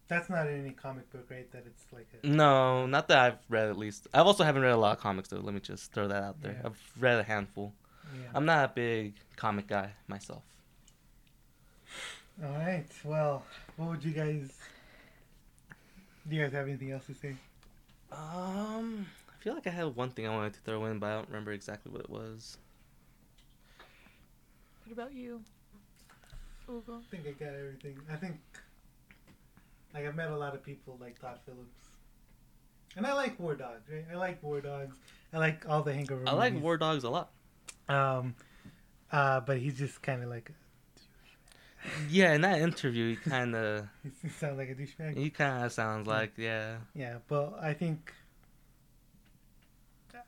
That's not in any comic book, right? That it's like a.
Mm. No, not that I've read at least. I've also haven't read a lot of comics though. Let me just throw that out there.
Yeah.
I've read a handful.
Yeah.
I'm not a big comic guy myself.
All right. Well, what would you guys? Do you guys have anything else to say?
Um, I feel like I had one thing I wanted to throw in, but I don't remember exactly what it was.
What about you, Ugo?
I think I got everything. I think. Like I've met a lot of people like Todd Phillips. And I like War Dogs, right? I like War Dogs. I like all the hangover.
I like
movies.
War Dogs a lot.
Um, uh, but he's just kind of like
Yeah, in that interview, he kind of
he sounds like a *laughs* douchebag.
he kind of sounds like yeah.
Yeah, well, I think,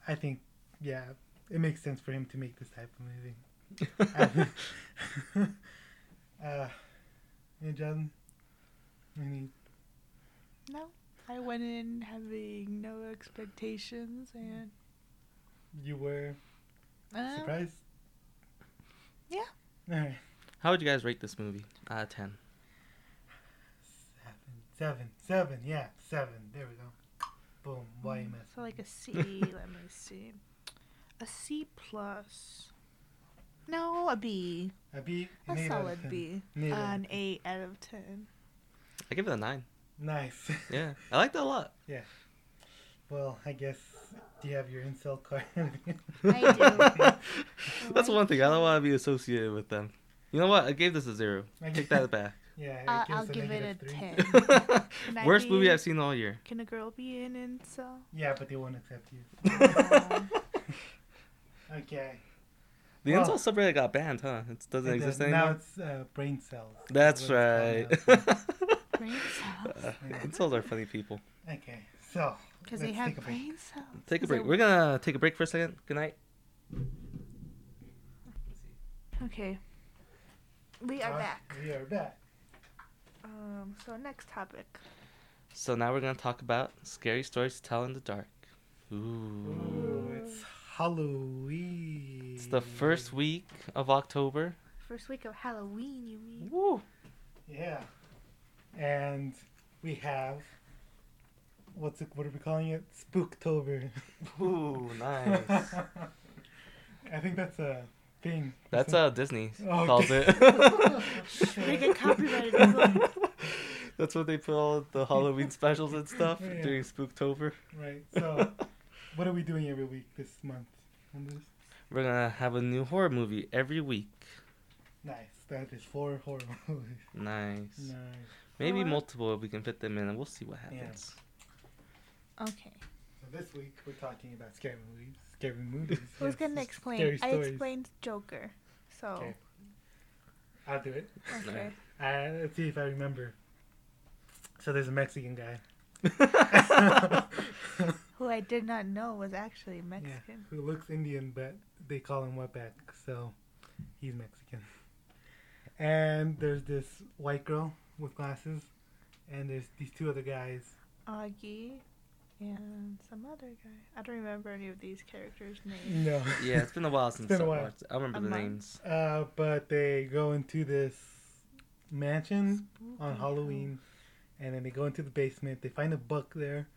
I think, yeah, it makes sense for him to make this type of movie. *laughs* uh, hey, John, any
No, I went in having no expectations, and
you were
uh,
surprised?
yeah.
All right,
*laughs* How would you guys rate this movie out of Uh, ten?
seven, seven, yeah, seven. There we go. Boom.
Mm,
Why you mess?
So like a C. let me see. A C plus. No, a B.
A B.
A
an eight out of
solid
10.
B. Uh,
An eight out of 10.
an eight out of ten.
I give it a nine.
Nice.
Yeah, I liked it a lot.
*laughs* Well, I guess. Do you have your insult card? *laughs*
I
*laughs*
do.
That's one thing. I don't want to be associated with them. You know what? I gave this a zero.
I
Take
guess-
that back.
*laughs* yeah, it
Uh,
gives
I'll give it
negative
a
three.
10. Can I
Worst movie
be-
I've seen all
*laughs*
year.
Can a girl be in and so?
Yeah, but they won't accept you.
Um,
Okay.
The
Well-
insult subreddit got banned, huh? It doesn't
And, uh,
exist
Now
anymore.
it's uh, brain cells. is
That's
what
right. Uh,
it's
*laughs*
called
brain cells.
Insults are funny people.
now. okay, so
Because they
let's
have
take a break.
brain cells.
Take a
Is there-
break. We're gonna take a break for a second. Good night.
Okay. We are
Uh,
back.
We are back.
Um, so next topic.
So now we're gonna talk about scary stories to tell in the dark. Ooh.
Ooh, it's Halloween.
It's the first week of October.
First week of Halloween, you mean?
Woo.
Yeah, and we have what's it, what are we calling it? Spooktober.
Ooh, nice.
*laughs* I think that's a thing.
*laughs* That's
a.
uh Disney
Oh,
calls *laughs*
okay. *laughs*
it.
They get copyrighted as well.
*laughs* That's what they put all the Halloween specials and stuff
Yeah. Oh.
during Spooktober.
Right. So, what are we doing every week this month? On this?
*laughs* We're gonna have a new horror movie every week.
Nice. That is four horror movies.
Nice.
Nice.
Maybe
Alright.
multiple if we can fit them in, and we'll see what happens. *laughs*
Okay.
So this week we're talking about scary movies. Scary
*laughs*
movies. yes,
Who's gonna
s-
explain?
scary
I
stories.
explained Joker. So
Okay. I'll do it.
okay.
Uh, let's see if I remember. So there's a Mexican guy
Who I did not know was actually Mexican.
who looks Indian, but they call him Wetback, so he's Mexican. And there's this white girl with glasses, and there's these two other guys.
Augie and some other guy. I don't remember any of these characters' names.
No.
yeah, it's been a while since
been a
I
while.
watched. I remember
A
the
month.
names.
*laughs* Uh, but they go into this mansion
Oh,
on Halloween, and then they go into the basement. They find a book there,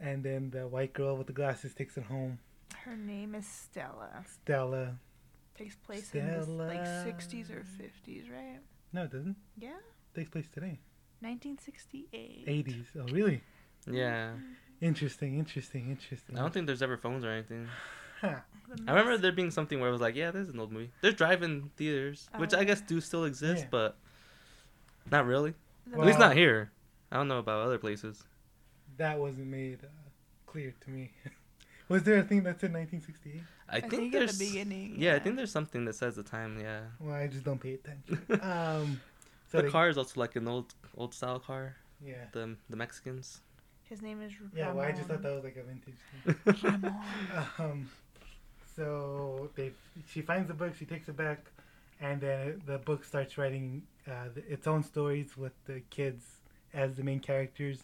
and then the white girl with the glasses takes it home.
Her name is Stella.
Stella.
Takes place in the like
Stella.
60s or 50s, right?
No, it doesn't.
Yeah,
takes place today.
1968.
80s. Oh, really?
Yeah,
Interesting, interesting, interesting.
I don't think there's ever phones or anything.
The
I remember
Mex-
there being something where I was like, yeah, this is an old movie. There's drive-in theaters, which I guess
Oh.
do still exist,
Yeah.
but not really.
the
At least
Well-
not here. I don't know about other places.
that wasn't made uh, clear to me. *laughs* Was there a thing that said 1968?
I, think,
at
there's.
the beginning.
yeah, I think there's something that says the time.
*laughs*
Yeah.
Well, I just don't pay
*laughs*
attention. um, so
the
they-
car is also like an old old style car.
Yeah.
The the Mexicans.
*laughs*
his name is Ramon.
Yeah, well, I just thought that was like a vintage thing.
Ramon.
*laughs* Um, so they, she finds the book, she takes it back, and then the book starts writing uh, th- its own stories with the kids as the main characters,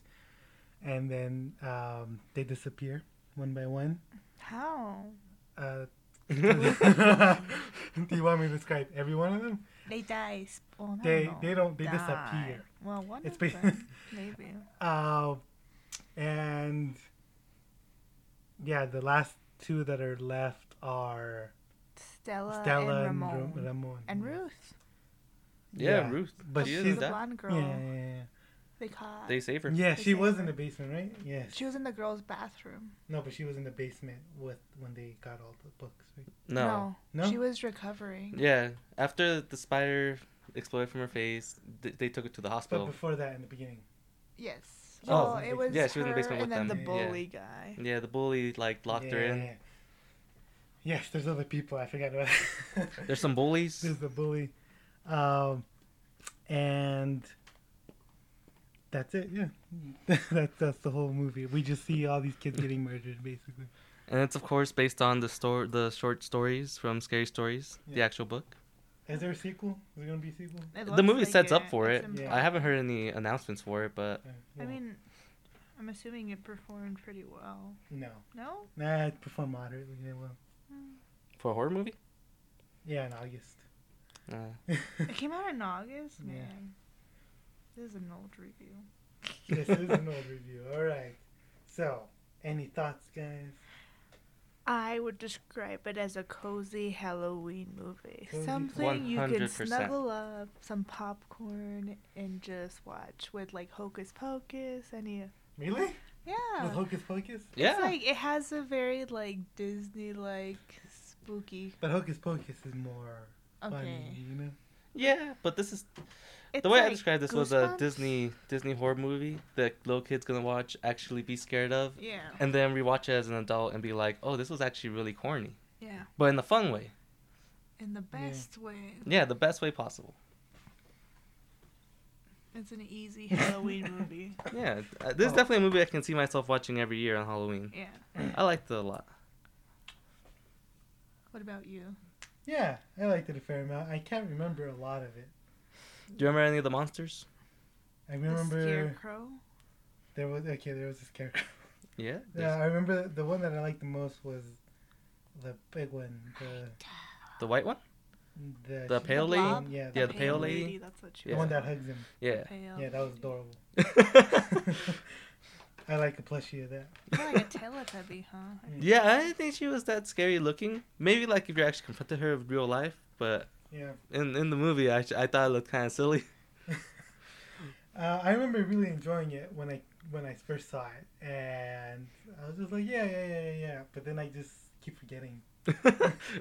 and then um, they disappear one by one.
*laughs* How?
Uh, *laughs* do you want me to describe every one of them?
They die. sp- Well, I
They
don't know.
they don't they
Die.
disappear.
Well, one
It's
of
ba- *laughs*
them, *laughs* maybe.
Uh, and yeah, the last two that are left are
Stella,
Stella
and
and
Ramon.
Ramon. Ramon.
And Ruth.
Yeah,
Yeah,
Ruth.
but
she
she's
is
the
that.
blonde
Yeah,
girl
yeah, yeah.
they caught.
They save her.
Yeah,
They
she
say
was in
her.
the basement, right? Yes.
She was in the girls' bathroom.
No, but she was in the basement with when they got all the books. Right?
No.
No.
She was recovering.
Yeah. After the spider exploded from her face, th- they took her to the
But
hospital.
before that, in the beginning.
Yes.
Oh,
well, it was
yeah,
she was in the
her
basement
and
with
then
them.
the
Yeah.
bully guy.
Yeah, the bully like locked her in.
Yeah. Yes, there's other people. I forgot about. *laughs*
There's some bullies.
there's the bully, um, and that's it. Yeah, *laughs* that's that's the whole movie. We just see all these kids getting murdered, basically.
And it's of course based on the store, the short stories from Scary Stories, the
Yeah.
actual book.
Is there a sequel? Is there gonna be a sequel?
It
The
looks
movie
like
sets up for
It's
it.
in-
Yeah.
I haven't heard any announcements for it, but
Uh,
I
no.
mean, I'm assuming it performed pretty well.
no.
No?
Nah, it performed moderately. Yeah, well,
for a horror movie,
yeah, in August. *laughs*
uh,
It came out in August,
Yeah.
man. This is an old review.
this is an old review. All right. So, any thoughts, guys?
I would describe it as a cozy Halloween movie.
Cozy.
Something you can
100%.
snuggle up, some popcorn, and just watch with like Hocus Pocus, any
Really? With
Yeah.
Hocus Pocus?
*laughs* Yeah.
It's like it has a very like Disney like spooky.
But Hocus Pocus is more funny,
Okay.
you know?
yeah, but this is
It's
the way I
like
described this was a
Goosebumps?
Disney Disney horror movie that little kids gonna watch, actually be scared of,
Yeah.
and then rewatch it as an adult and be like, oh, this was actually really corny,
Yeah.
but in the fun way.
In the best way.
Yeah, the best way possible.
It's an easy
*laughs*
Halloween movie.
Yeah, uh, this is
Oh.
definitely a movie I can see myself watching every year on Halloween.
Yeah.
I liked it a lot.
What about you?
Yeah, I liked it a fair amount. I can't remember a lot of it.
Do you remember any of the monsters?
I
The
remember
Scarecrow.
there was okay, there was a
*laughs*
scarecrow. *laughs*
Yeah.
Yeah,
there's
I remember the one that I liked the most was the big one, the
The white one?
the,
The
she-
pale
The blob?
lady?
Bob?
Yeah,
Yeah, the pale lady.
That's what she
the one
Yeah.
that hugs him.
*laughs*
Yeah.
Pale.
Yeah, that was
Oh.
adorable. *laughs*
*laughs*
I like a plushie of that.
Kinda like a Teletubby,
*laughs*
huh?
yeah, I didn't think she was that scary looking. Maybe like if you actually confronted her in real life, but
Yeah. *laughs*
in in the movie, I, I thought it looked kind of silly. *laughs*
Uh, I remember really enjoying it when I when I first saw it, and I was just like, yeah, yeah, yeah, yeah, yeah. But then I just keep forgetting.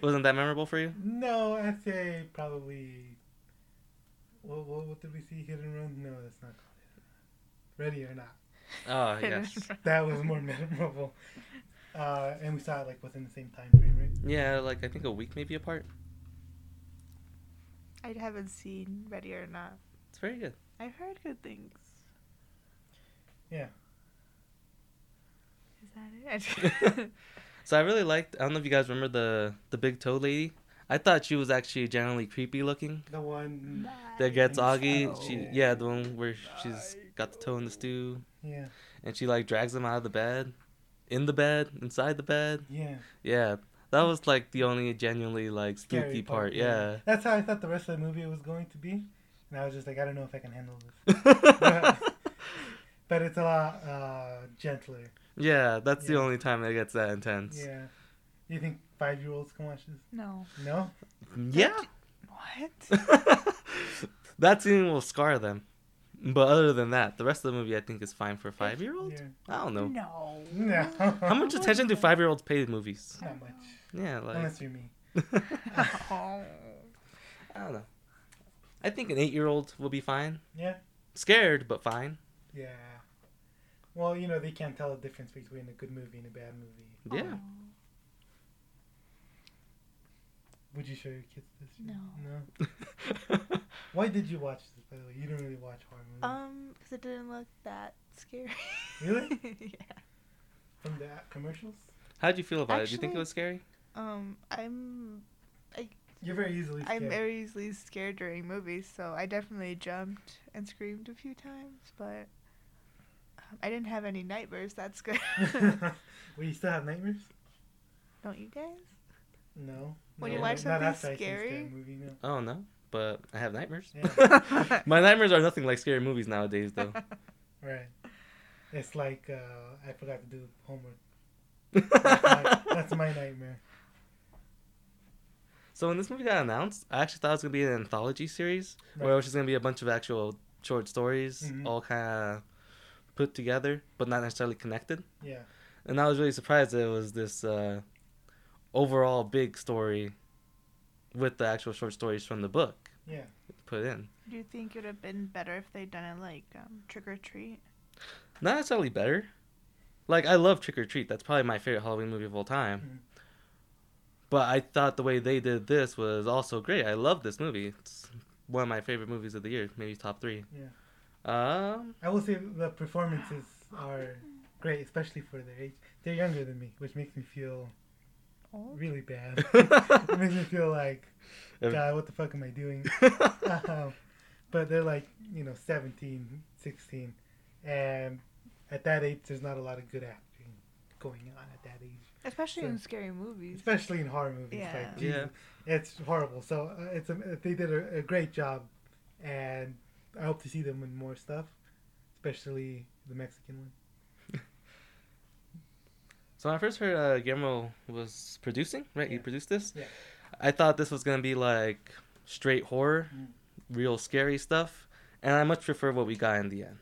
Wasn't that memorable for
*laughs*
you?
No, I'd say probably. What, what, what did we see? Hit and run? No, that's not called it. Ready or not?
Oh
Hidden
yes.
Treasure.
That was more *laughs* memorable. Uh, and we saw it like within the same time frame, right?
Yeah, like I think a week maybe apart.
I haven't seen Ready or Not.
It's very good.
I've heard good things.
Yeah.
Is that it? *laughs*
So I really liked. I don't know if you guys remember the the big toe lady. I thought she was actually generally creepy looking.
The one.
That gets
Inside.
Augie. She yeah, the one where she's got the toe in the stew
Yeah,
and she like drags him out of the bed, in the bed, inside the bed.
yeah.
Yeah, that was like the only genuinely like
Scary
spooky part. Yeah.
That's how I thought the rest of the movie was going to be, and I was just like, I don't know if I can handle this. *laughs* But it's a lot uh, gentler.
*laughs* yeah, that's the
Yeah.
only time it gets that intense.
Yeah. You think five year olds can watch this?
no.
No?
Yeah.
What?
*laughs* that scene will scar them. But other than that, the rest of the movie I think is fine for five year olds.
Yeah. Mm.
I don't know.
No.
No. *laughs*
How much attention do five year olds pay to movies?
Not much.
Yeah, like *laughs*
Unless you're me.
Oh.
I don't know. I think an eight year old will be fine.
Yeah?
Scared, but fine.
Yeah. Well, you know, they can't tell the difference between a good movie and a bad movie.
Yeah.
Would you show your kids this?
No.
No?
*laughs*
Why did you watch this, by the way? You don't really watch horror movies.
Um, because it didn't look that scary.
Really?
*laughs* yeah.
From the commercials?
How'd you feel about it? Do you think it
Actually-
was scary?
Um, I'm
You're very easily scared.
I'm very easily scared during movies, so I definitely jumped and screamed a few times, but um, I didn't have any nightmares.
*laughs*
That's good. *laughs*
*laughs* Well, you still have nightmares?
Don't you guys?
No.
When
No,
you
not-
watch
not
something
after I see a
scary?
movie, no.
Oh no. But I have nightmares.
Yeah.
*laughs* My nightmares are nothing like scary movies nowadays though.
Right. It's like uh, I forgot to do homework. *laughs* That's
*laughs*
my, that's
That's
my nightmare.
So when this movie got announced, I actually thought it was gonna be an anthology series where it was just gonna be a bunch of actual short stories,
Mhm.
all kind of put together, but not necessarily connected.
Yeah.
And I was really surprised that it was this uh, overall big story with the actual short stories from the book
Yeah.
put in.
Do you think it would have been better if they'd done it like um, Trick or Treat?
Not necessarily better. Like I love Trick or Treat. That's probably my favorite Halloween movie of all time.
Mhm.
But I thought the way they did this was also great. I love this movie. It's one of my favorite movies of the year, maybe top three.
Yeah. *laughs*
Um.
I will say the performances are great, especially for their age. They're younger than me, which makes me feel
Oh,
really bad. it makes me feel like,
Ev-
God, what the fuck am I doing? *laughs* um, but they're like, you know, 17, 16. And at that age, there's not a lot of good acting going on at that age.
especially
So-
in scary movies.
especially in horror movies.
Yeah.
Like, Jesus, it's horrible. So uh, it's a, they did a, a great job, and I hope to see them in more stuff, especially the Mexican one.
so when I first heard uh, Guillermo was producing, right? He
Yeah.
produced this.
Yeah.
I thought this was gonna be like straight horror,
Mm.
real scary stuff, and I much prefer what we got in the end.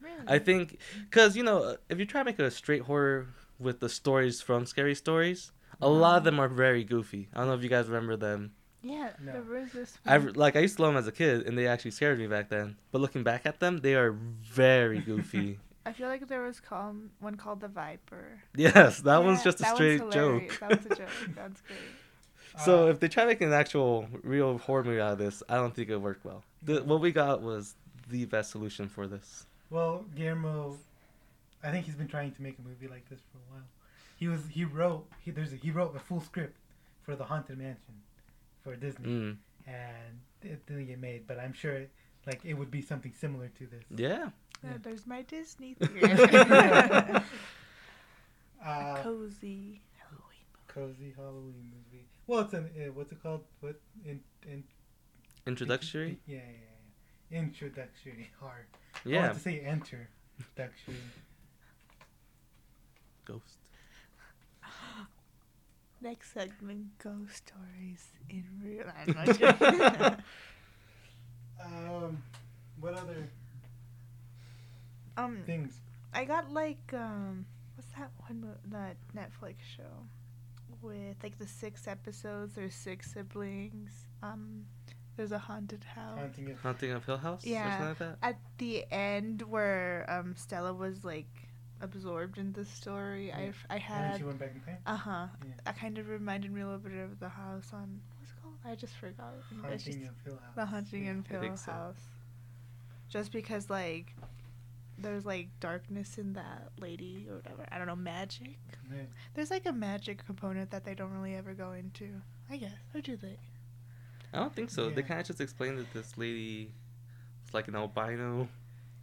Really?
I think because you know if you try to make a straight horror with the stories from Scary Stories, a lot of them are very goofy. I don't know if you guys remember them.
Yeah,
No.
there was this.
I
one.
like I used to love them as a kid, and they actually scared me back then. But looking back at them, they are very
*laughs*
goofy.
I feel like there was called, one called the Viper.
yes, that one's
Yeah,
just a
that
straight
one's hilarious.
joke.
That was a joke. That's great.
*laughs* so
Uh,
if they try to make an actual real horror movie out of this, I don't think it worked well. The, what we got was the best solution for this.
Well, Guillermo, I think he's been trying to make a movie like this for a while. He was he wrote he there's a, he wrote a full script for the Haunted Mansion for Disney,
Mm.
and it didn't get made. But I'm sure like it would be something similar to this.
Yeah.
Yeah,
Yeah.
There's my
*laughs*
Disney *laughs* theater.
Uh,
Cozy Halloween.
cozy Halloween movie. Well, it's an uh, what's it called? What in, in
Introductory.
*laughs*
Yeah, yeah, yeah. Introductory horror. I
Yeah.
want to say enter. Introductory.
Ghost.
Next segment: Ghost stories in real
*laughs*
life.
Um, what other
um,
things?
I got like um, what's that one mo- that Netflix show with like the six episodes? There's six siblings. Um, there's a haunted house.
Haunting of
Haunting of Hill House. Or
Yeah.
something like that.
At the end, where um Stella was like absorbed in the story, I
Yeah.
I
And then she
had
went back in time.
uh huh.
Yeah.
That kind of reminded me a little bit of the house on what's it called? I just forgot. It's just
Haunting of Hill House.
the hunting and
I
Hill
think so.
House. Just because like there's like darkness in that lady or whatever. I don't know magic.
Yeah. *laughs*
There's like a magic component that they don't really ever go into. I guess. Or do they?
I don't think so. They
Yeah.
kind of just explained that this lady was like an albino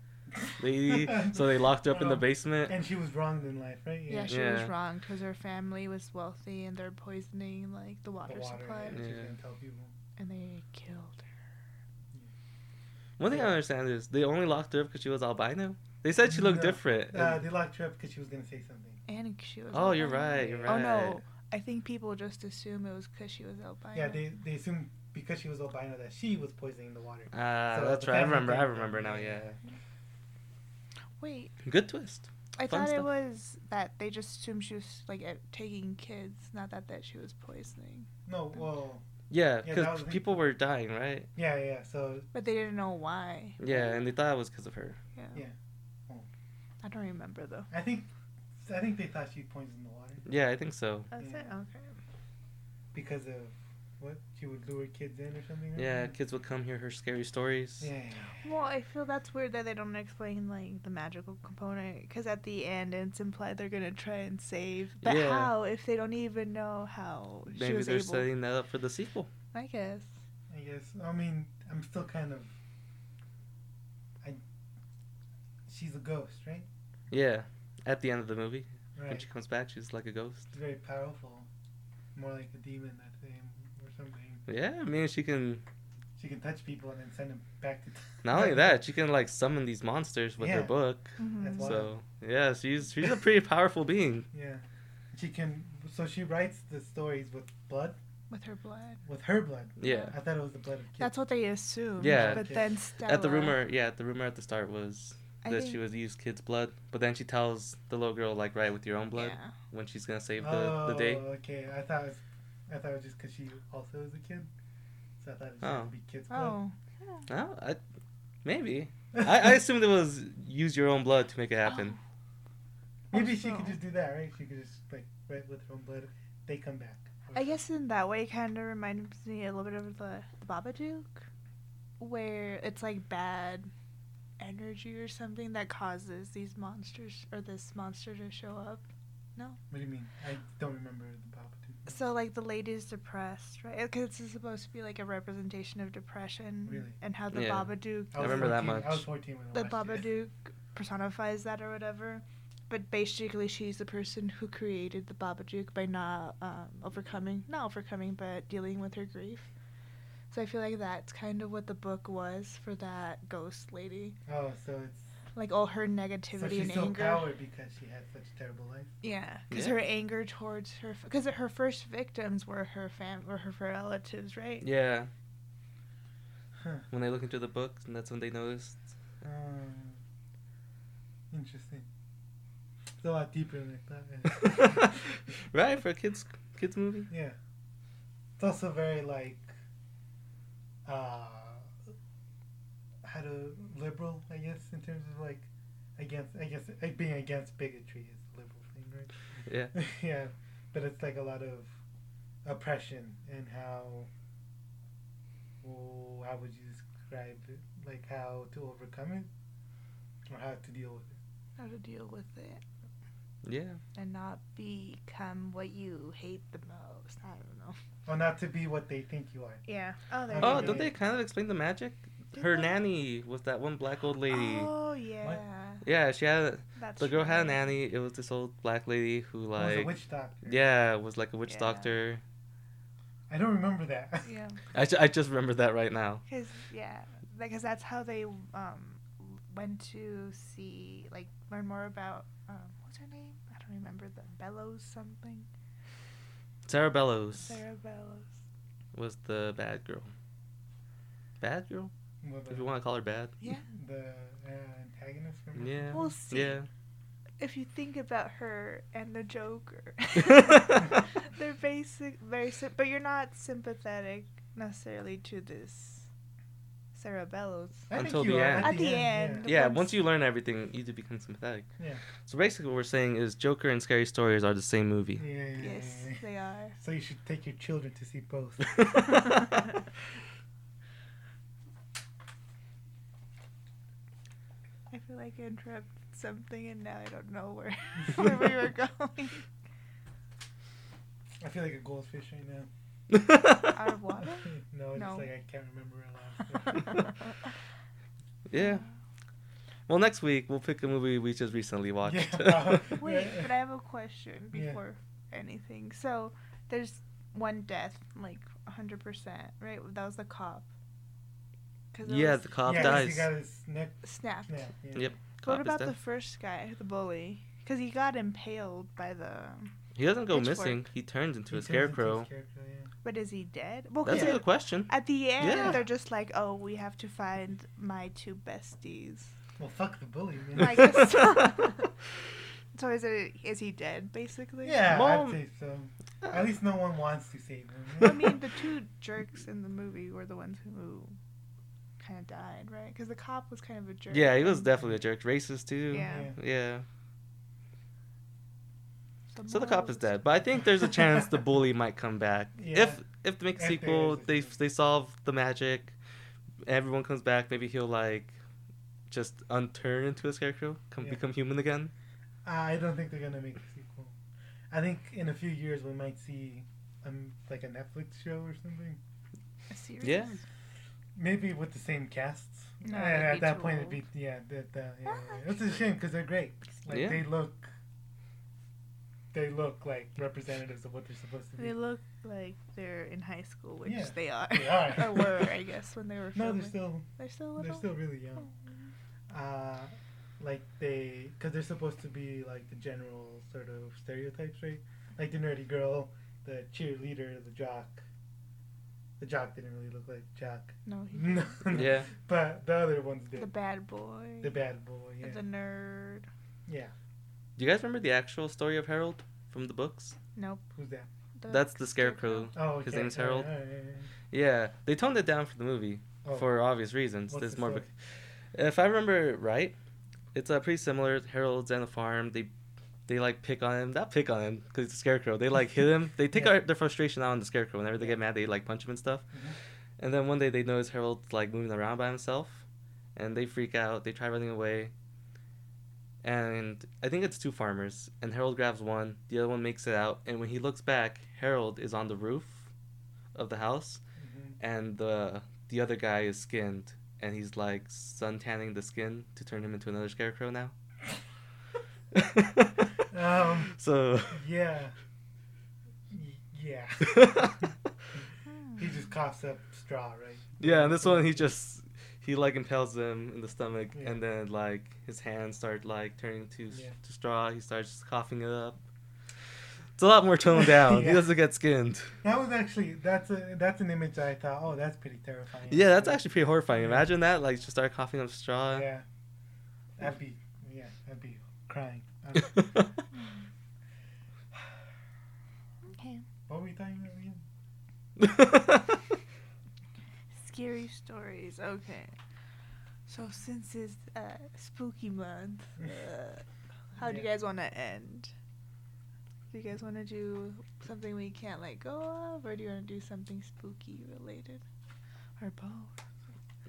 *laughs* lady, so they locked her up in the
Um,
basement.
And she was wronged in life, right?
Yeah, she
Yeah.
was wrong because her family was wealthy and they're poisoning like the water,
the water.
supply
and she
Yeah.
didn't tell people.
and they killed her.
One thing I don't understand is they only locked her up because she was albino. They said she looked
No.
different.
Uh,
and-
they locked her up because she was gonna say something.
And she was.
oh, you're
albino.
right. You're
Oh,
right.
Oh no, I think people just assume it was because she was albino.
Yeah, they they assumed because she was albino that she was poisoning the water.
Ah,
So
that's
the
right. I
family
remember. I
thing-
remember now. Yeah.
Wait,
Good twist.
I
Fun
thought
stuff.
it was that they just assumed she was like at taking kids, not that that she was poisoning.
No, well,
Yeah,
Yeah,
because
that was the-
people were dying, right?
yeah, yeah. So
But they didn't know why.
Yeah, and they thought it was because of her.
Yeah.
Yeah. Oh.
I don't remember though.
I think I think they thought she poisoned the water
Yeah, I think so.
That's it.
Yeah.
Okay.
because of what she would lure kids in or something. right?
Yeah, kids would come hear her scary stories.
Yeah. yeah,
Well, I feel that's weird that they don't explain like the magical component because at the end it's implied they're gonna try and save. But
Yeah.
how if they don't even know how she
Maybe
was
they're
able?
setting that up for the sequel.
I guess.
I guess. I mean, I'm still kind of. I. She's a ghost, right?
Yeah, at the end of the movie. When
Right.
she comes back, she's like a ghost.
It's very powerful. More like a demon, I think, or something.
Yeah, I mean, she can.
She can touch people and then send them back to.
Not only that, she can like summon these monsters with her
Yeah.
book.
Mm-hmm.
That's why-
So yeah, she's she's a pretty powerful being.
*laughs*
Yeah. She can. So she writes the stories with blood,
With her blood.
with her blood.
Yeah.
I thought it was the blood of kids.
That's what they assume.
Yeah.
But
Okay.
then Stella.
At the rumor, yeah, the rumor at the start was
I
that
think-
she was use kids' blood, but then she tells the little girl like, "Write with your own blood
Yeah.
when she's gonna save the
oh,
the day."
okay. I thought it was, I thought it was just because she also was a kid. So I thought it was
Oh.
to be kids' blood.
Oh.
No, I,
*laughs*
maybe. *laughs* I, I assumed it was use your own blood to make it
Oh.
happen.
Maybe she
Also-
could just do that, right? She could just like write with her own blood. They come back.
I guess in that way, it kind of reminds me a little bit of the, the Babadook, where it's like bad energy or something that causes these monsters or this monster to show up.
What do you mean? I don't remember the Babadook.
So like the lady's depressed, right? Because it's supposed to be like a representation of depression
Really?
and how the
Yeah.
Babadook,
was
remember that
14 I was
much.
14 when I
the
watched it.
Babadook personifies that or whatever. But basically, she's the person who created the Babadook by not um, overcoming, not overcoming, but dealing with her grief. So I feel like that's kind of what the book was for that ghost lady.
Oh, so it's
Like all her
so
negativity
she's
and
so
anger.
powered because she had such terrible life.
Yeah, because
Yeah.
her anger towards her, because her first victims were her fam, were her relatives, right?
Yeah.
Huh. *laughs*
Uh. When they look into the book, and that's when they noticed.
Um, Interesting. It's a lot deeper than I thought.
*laughs* right for a kids kids movie.
Yeah. yeah. It's also very like uh how to liberal, I guess, in terms of like against I guess like being against bigotry is a liberal thing, right? *laughs*
Yeah.
yeah, but it's like a lot of oppression and how. Oh, how would you describe it? Like how to overcome it, or how to deal with it?
How to deal with it
Yeah.
and not become what you hate the most. I don't know.
Or not to be what they think you are.
Yeah. Oh, there
there
Oh,
you go.
don't they kind of explain the magic? Her nanny was that one black old lady.
Oh yeah.
Yeah, she had
That's
the girl had a
right. Oh,
nanny. It was this old black lady who
It was a
like
witch doctor.
yeah was like a witch
Yeah.
doctor.
I don't remember that. *laughs*
Yeah,
I, ju- I just remember that right now.
because yeah, because that's how they um went to see like learn more about um what's her name? I don't remember the Bellows something.
Sarah Bellows
Sarah Bellows.
was the bad girl. Bad girl,
Well, the,
if you want to call her bad.
Yeah.
the uh, antagonist. Remember?
Yeah.
We'll see. *laughs*
Yeah.
If you think about her and the
*laughs*
Joker,
Right.
they're basic, very, sim- but you're not sympathetic necessarily to this Sarah Bellows.
I think
Until
you
the
are
end.
At the end.
Yeah,
Once-
once you learn everything, you do become sympathetic.
Yeah.
So basically, what we're saying is Joker and Scary Stories are the same
Yeah.
movie.
Yeah, yeah, yeah,
Yes,
yeah.
they are.
So you should take your children to see
*laughs*
both.
*laughs* I feel like I interrupted something and now I don't know
*laughs*
where, *laughs* where we were going.
I feel like a goldfish right now.
Out of water?
*laughs* no, it's
No.
like I can't remember
*laughs*
a lot.
yeah. Well, next week we'll pick a movie we just recently watched.
*laughs*
*laughs*
Yeah.
Wait, but I have a question
Yeah.
before anything. So there's one death, like 100%, right? That was the cop. 'Cause it
Yeah,
was
the cop
yeah, 'cause
dies.
He got his neck
snapped.
snapped. Yeah.
Yep.
But
Cop
What
is
about the
dead.
first guy, the bully? Because he got impaled by the.
He doesn't go
pitchfork?
missing. He turns into
He turns into
a scarecrow.
scarecrow, yeah.
But is he dead? Well, 'cause
That's a
it-
good question.
*laughs* at the end,
Yeah.
they're just like, "Oh, we have to find my two besties."
Well, fuck the bully, man.
*laughs*
I guess so. So is it? Is he dead,
*laughs*
basically?
yeah,
Mom-
I'd say so. At least no one wants to save
*laughs*
I
him.
mean, the two jerks in the movie were the ones who kind of died, right? Because the cop was kind of a jerk.
Yeah, he was
and
definitely a jerk. Racist too.
*laughs* Yeah.
Yeah. So the
moral
cop is
was-
dead, but I think there's a chance the bully might come back.
Yeah.
If if they make
If
a
there
sequel,
is a
they
sequel.
they solve the magic, everyone comes back. Maybe he'll like just unturn into a scarecrow, come
Yeah.
become human again.
I don't think they're gonna make a sequel. I think in a few years we might see, um, like a Netflix show or something.
A series?
Yeah.
Maybe with the same casts.
No,
Uh,
that'd
at
be
that
too
point,
old.
it'd be yeah. That, that, yeah,
Ah,
yeah. It's a shame because they're great. Like
Yeah.
they look, they look like representatives of what they're supposed to be.
They look like they're in high school, which
Yeah.
they are. *laughs*
They are.
or were, I guess, when they were
*laughs* no,
filming.
they're still
They're still
they're
little.
still really young. Uh, like they, because they're supposed to be like the general sort of stereotypes, right? Like the nerdy girl, the cheerleader, the jock. The jock didn't really look like jock. *laughs*
No, he
No, no.
Yeah.
But the other ones
the
did.
bad boy.
The bad boy. Yeah.
The nerd.
yeah.
Do you guys remember the actual story of Harold from the books?
Nope.
Who's that?
The
That's the scarecrow.
Oh, okay.
His name's
All right,
Harold.
all right, all right, all right.
Yeah, they toned it down for the movie
Oh.
for obvious reasons.
What's
There's
the
more. Bec- if I remember right, it's uh, pretty similar. to Harold's on the farm. They they like pick on him. Not pick on him because he's a scarecrow. They like hit him. They
*laughs*
take
Yeah.
out their frustration out on the scarecrow. Whenever they get mad, they like punch him and stuff.
Mhm.
And then one day they notice Harold's like moving around by himself, and they freak out. They try running away. And I think it's two farmers, and Harold grabs one. The other one makes it out, and when he looks back, Harold is on the roof of the house
Mhm.
and the the other guy is skinned and he's like sun tanning the skin to turn him into another scarecrow now. *laughs*
Um.
so *laughs*
Yeah. Y- Yeah.
Hmm.
He just coughs up straw, right?
yeah, and this one he just he like impales him in the stomach
Yeah.
and then like his hands start like turning to
Yeah.
to straw. He starts coughing it up. It's a lot more toned down.
*laughs* Yeah.
He doesn't get skinned.
That was actually that's a that's an image I thought, oh, that's pretty terrifying.
Yeah, that's actually pretty horrifying.
Yeah.
*laughs* Imagine that, like just start coughing up straw.
yeah. That'd be yeah. I'd be crying. I don't-
okay.
Okay.
what were we talking about again?
Scary stories. Okay. So since it's uh, spooky month, uh, how do you
Yeah.
guys want to end? Do you guys want to do something we can't let go of, or do you want to do something spooky related, or both?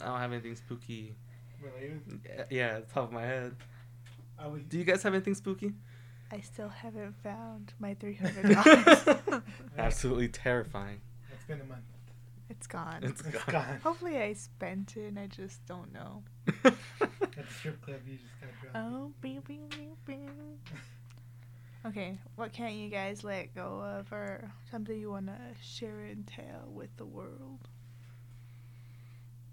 I don't have anything spooky.
Related?
Yeah, top of my head.
I was,
Do you guys have anything spooky?
I still haven't found my three hundred dollars.
Absolutely terrifying.
it's been a month.
it's gone.
It's
It's
gone.
gone.
Hopefully, I spent it. and I just don't know.
At the strip club, you just gotta drop.
Oh, bing, bing, bing, bing. Okay, what can't you guys let go of, or something you want to share and tell with the world?
*laughs*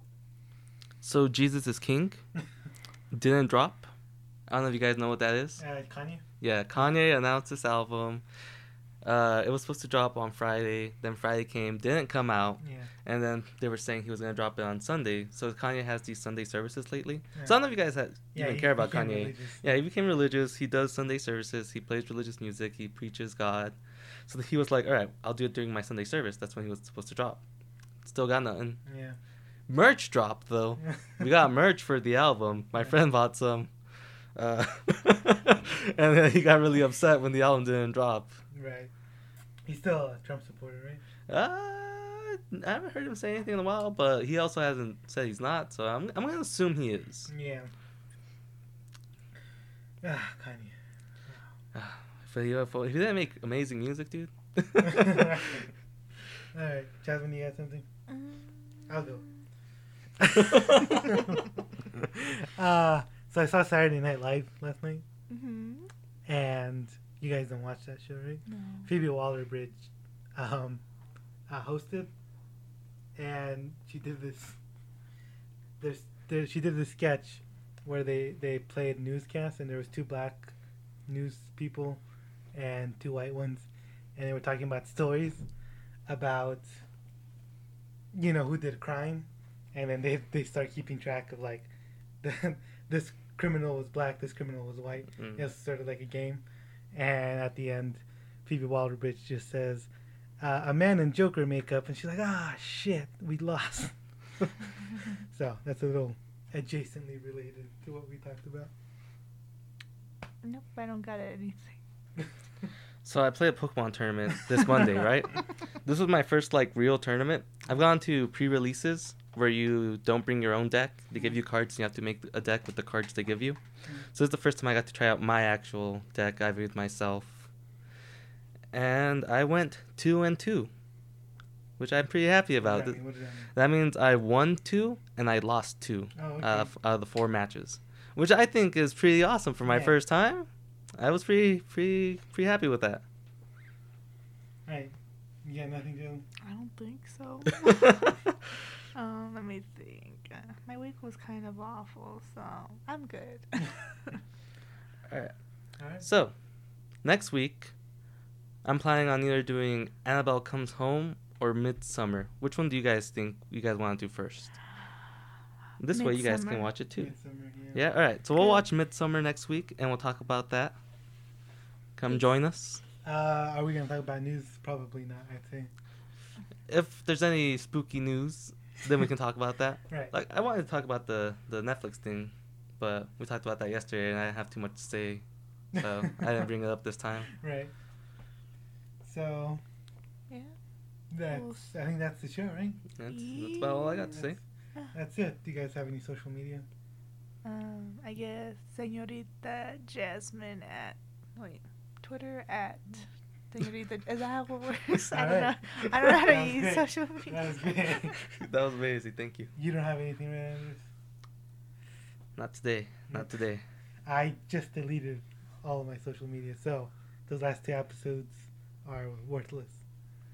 so Jesus is King didn't drop. I don't know if you guys know what that is.
Uh, Kanye?
Yeah, Kanye announced this album. Uh, it was supposed to drop on Friday. Then Friday came, didn't come out,
Yeah.
and then they were saying he was gonna drop it on Sunday. So Kanye has these Sunday services lately.
Yeah.
So I don't know if you guys had,
Yeah,
even
he
care about
became
Kanye.
religious.
Yeah, he became religious. He does Sunday services. He plays religious music. He preaches God. So he was like, all right, I'll do it during my Sunday service. That's when he was supposed to drop. Still got nothing.
Yeah.
Merch dropped though. we got merch for the album. My
Yeah.
friend bought some. Uh, *laughs* and then he got really upset when the album didn't drop.
Right. He's still a Trump supporter, right?
Uh, I haven't heard him say anything in a while, but he also hasn't said he's not, so I'm, I'm going to assume he is.
Yeah. Ah, Kanye.
If he, if he didn't make amazing music, dude. *laughs*
*laughs* All right, Jasmine, you got something?
Um,
I'll go. uh, so I saw Saturday Night Live last night,
Mm-hmm.
and you guys don't watch that show, right?
No.
Phoebe Waller-Bridge um, uh, hosted, and she did this. There's, there, she did this sketch where they they played newscasts, and there was two black news people and two white ones, and they were talking about stories about you know who did a crime, and then they they start keeping track of like *laughs* the, this criminal was black, this criminal was white.
Mm.
It was sort of like a game, and at the end, Phoebe Waller-Bridge just says, uh, "A man in Joker makeup," and she's like, "Ah, shit, we lost." *laughs* so that's a little adjacently related to what we talked about.
Nope, I don't got anything.
*laughs* So I played a Pokemon tournament this Monday, right? This was my first like real tournament. I've gone to pre-releases where you don't bring your own deck. They give you cards and you have to make a deck with the cards they give you. So this is the first time I got to try out my actual deck I've made myself. And I went 2 and 2, which I'm pretty happy
What
about.
does that mean? What does that mean?
That means I won 2 and I lost 2
Oh, okay.
uh, f- out of the four matches, which I think is pretty awesome for my
Yeah.
first time. I was pretty pretty pretty happy with
*laughs*
that.
All right. You got nothing to.
I don't think so. *laughs* um, let me think. Uh, my week was kind of awful, so I'm *laughs* good.
All right.
so, next week, I'm planning on either doing Annabelle Comes Home or Midsummer. Which one do you guys think you guys want to do first? This way, you guys can
Midsummer.
watch it too.
Midsummer,
Yeah. All right. So we'll
Good.
watch Midsummer next week, and we'll talk about that. Come join us.
Uh, are we gonna talk about news? Probably not. I think.
If there's any spooky news, then we can talk about that.
*laughs* Right.
Like I wanted to talk about the the Netflix thing, but we talked about that yesterday, and I didn't have too much to say, so um,
*laughs*
I didn't bring it up this
*laughs*
time.
Right. So
Yeah.
that's. I think that's the show, right?
That's, that's about all I got to say.
That's it. Do you guys have any social media?
Um, I guess Senorita Jasmine at wait Twitter at Senorita. Is that how it *laughs* works? I don't
Alright.
know. I don't know how to
Sounds
use
great.
social media.
That was
*laughs*
good.
*laughs* that was amazing. Thank you.
You don't have anything, right, Anders?
Not today. Not today.
I just deleted all of my social media, so those last two episodes are worthless.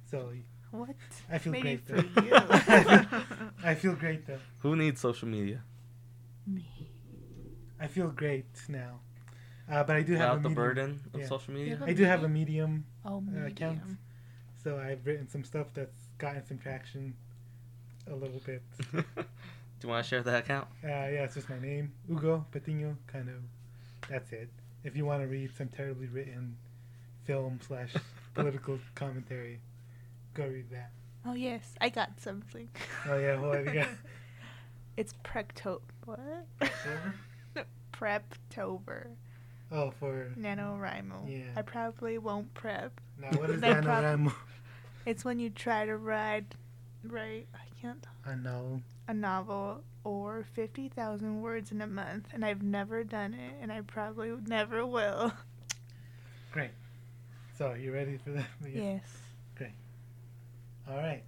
So
What?
I feel
Maybe
great
for
though. *laughs*
you.
I feel great though.
Who needs social media?
Me.
I feel great now. Uh, but I do have a
Without the
medium.
burden of
Yeah.
social *laughs* media.
Yeah.
I do have a medium,
*laughs* Oh,
Uh, it counts.
medium.
so I've written some stuff that's gotten some traction a little bit.
Do you want to share that account?
Uh, yeah, it's just my name, Ugo Patiño, kind of That's it. If you want to read some terribly written film
*laughs*
slash political commentary, go read that.
Oh yes, I got something.
Oh yeah, what have you got?
*laughs* It's Precto. What? *laughs* Preptober.
Oh, for
NaNoWriMo.
Yeah.
I probably won't prep.
now, what is
*laughs* That
that? NaNoWriMo?
It's when you try to ride, right? I can't.
I know.
A novel or 50,000 words in a month, and I've never done it, and I probably never will.
Great. So, you ready for that? *laughs*
Yes.
All right.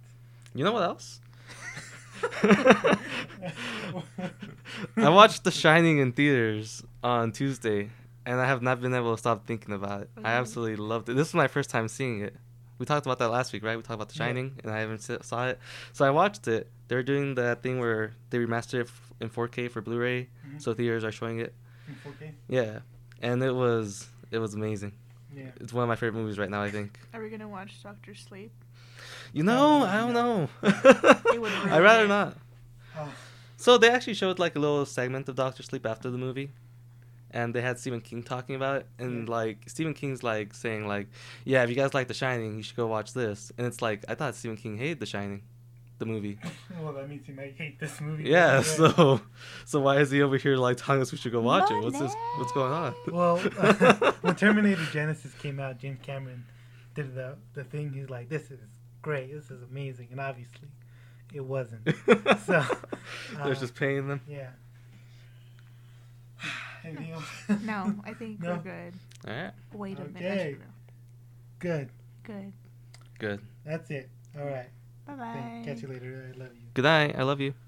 You know what else? *laughs* I watched The Shining in theaters on Tuesday, and I have not been able to stop thinking about it. I
Mhm.
absolutely loved it. This is my first time seeing it. We talked about that last week, right? We talked about The
Yeah.
Shining, and I haven't se- saw it. So I watched it. They're doing that thing where they remaster it f- in 4K for Blu-ray,
Mhm.
so theaters are showing it.
In 4K?
Yeah, and it was it was amazing.
Yeah.
It's one of my favorite movies right now. I think.
Are we going to watch Doctor Sleep?
You know, I
*laughs*
don't know. *laughs* I'd rather
ruin
*sighs*
it.
not.
Oh,
So they actually showed like a little segment of Doctor Sleep after the movie, and they had Stephen King talking about it, and
Yeah.
like Stephen King's like saying like, yeah, if you guys like The Shining, you should go watch this. And it's like I thought Stephen King hated The Shining,
*laughs*
the movie.
well, that means you might hate this movie.
Yeah,
Right.
*laughs* so so why is he over here like telling us we should go watch it? What's this?
Money.
What's going on? *laughs*
Well, uh, *laughs* when Terminator Genesis came out, James Cameron did the the thing. He's like, "This is great. This is amazing," and obviously, it wasn't.
*laughs*
So, uh,
they're just paying them.
Yeah. *sighs* Anything else?
No, I think
No.
we're good.
All right,
Wait a
Okay.
minute.
Good.
Good.
good.
That's it. All right.
Bye
Thank-
bye.
Catch you later. I love you.
Good night. I love you.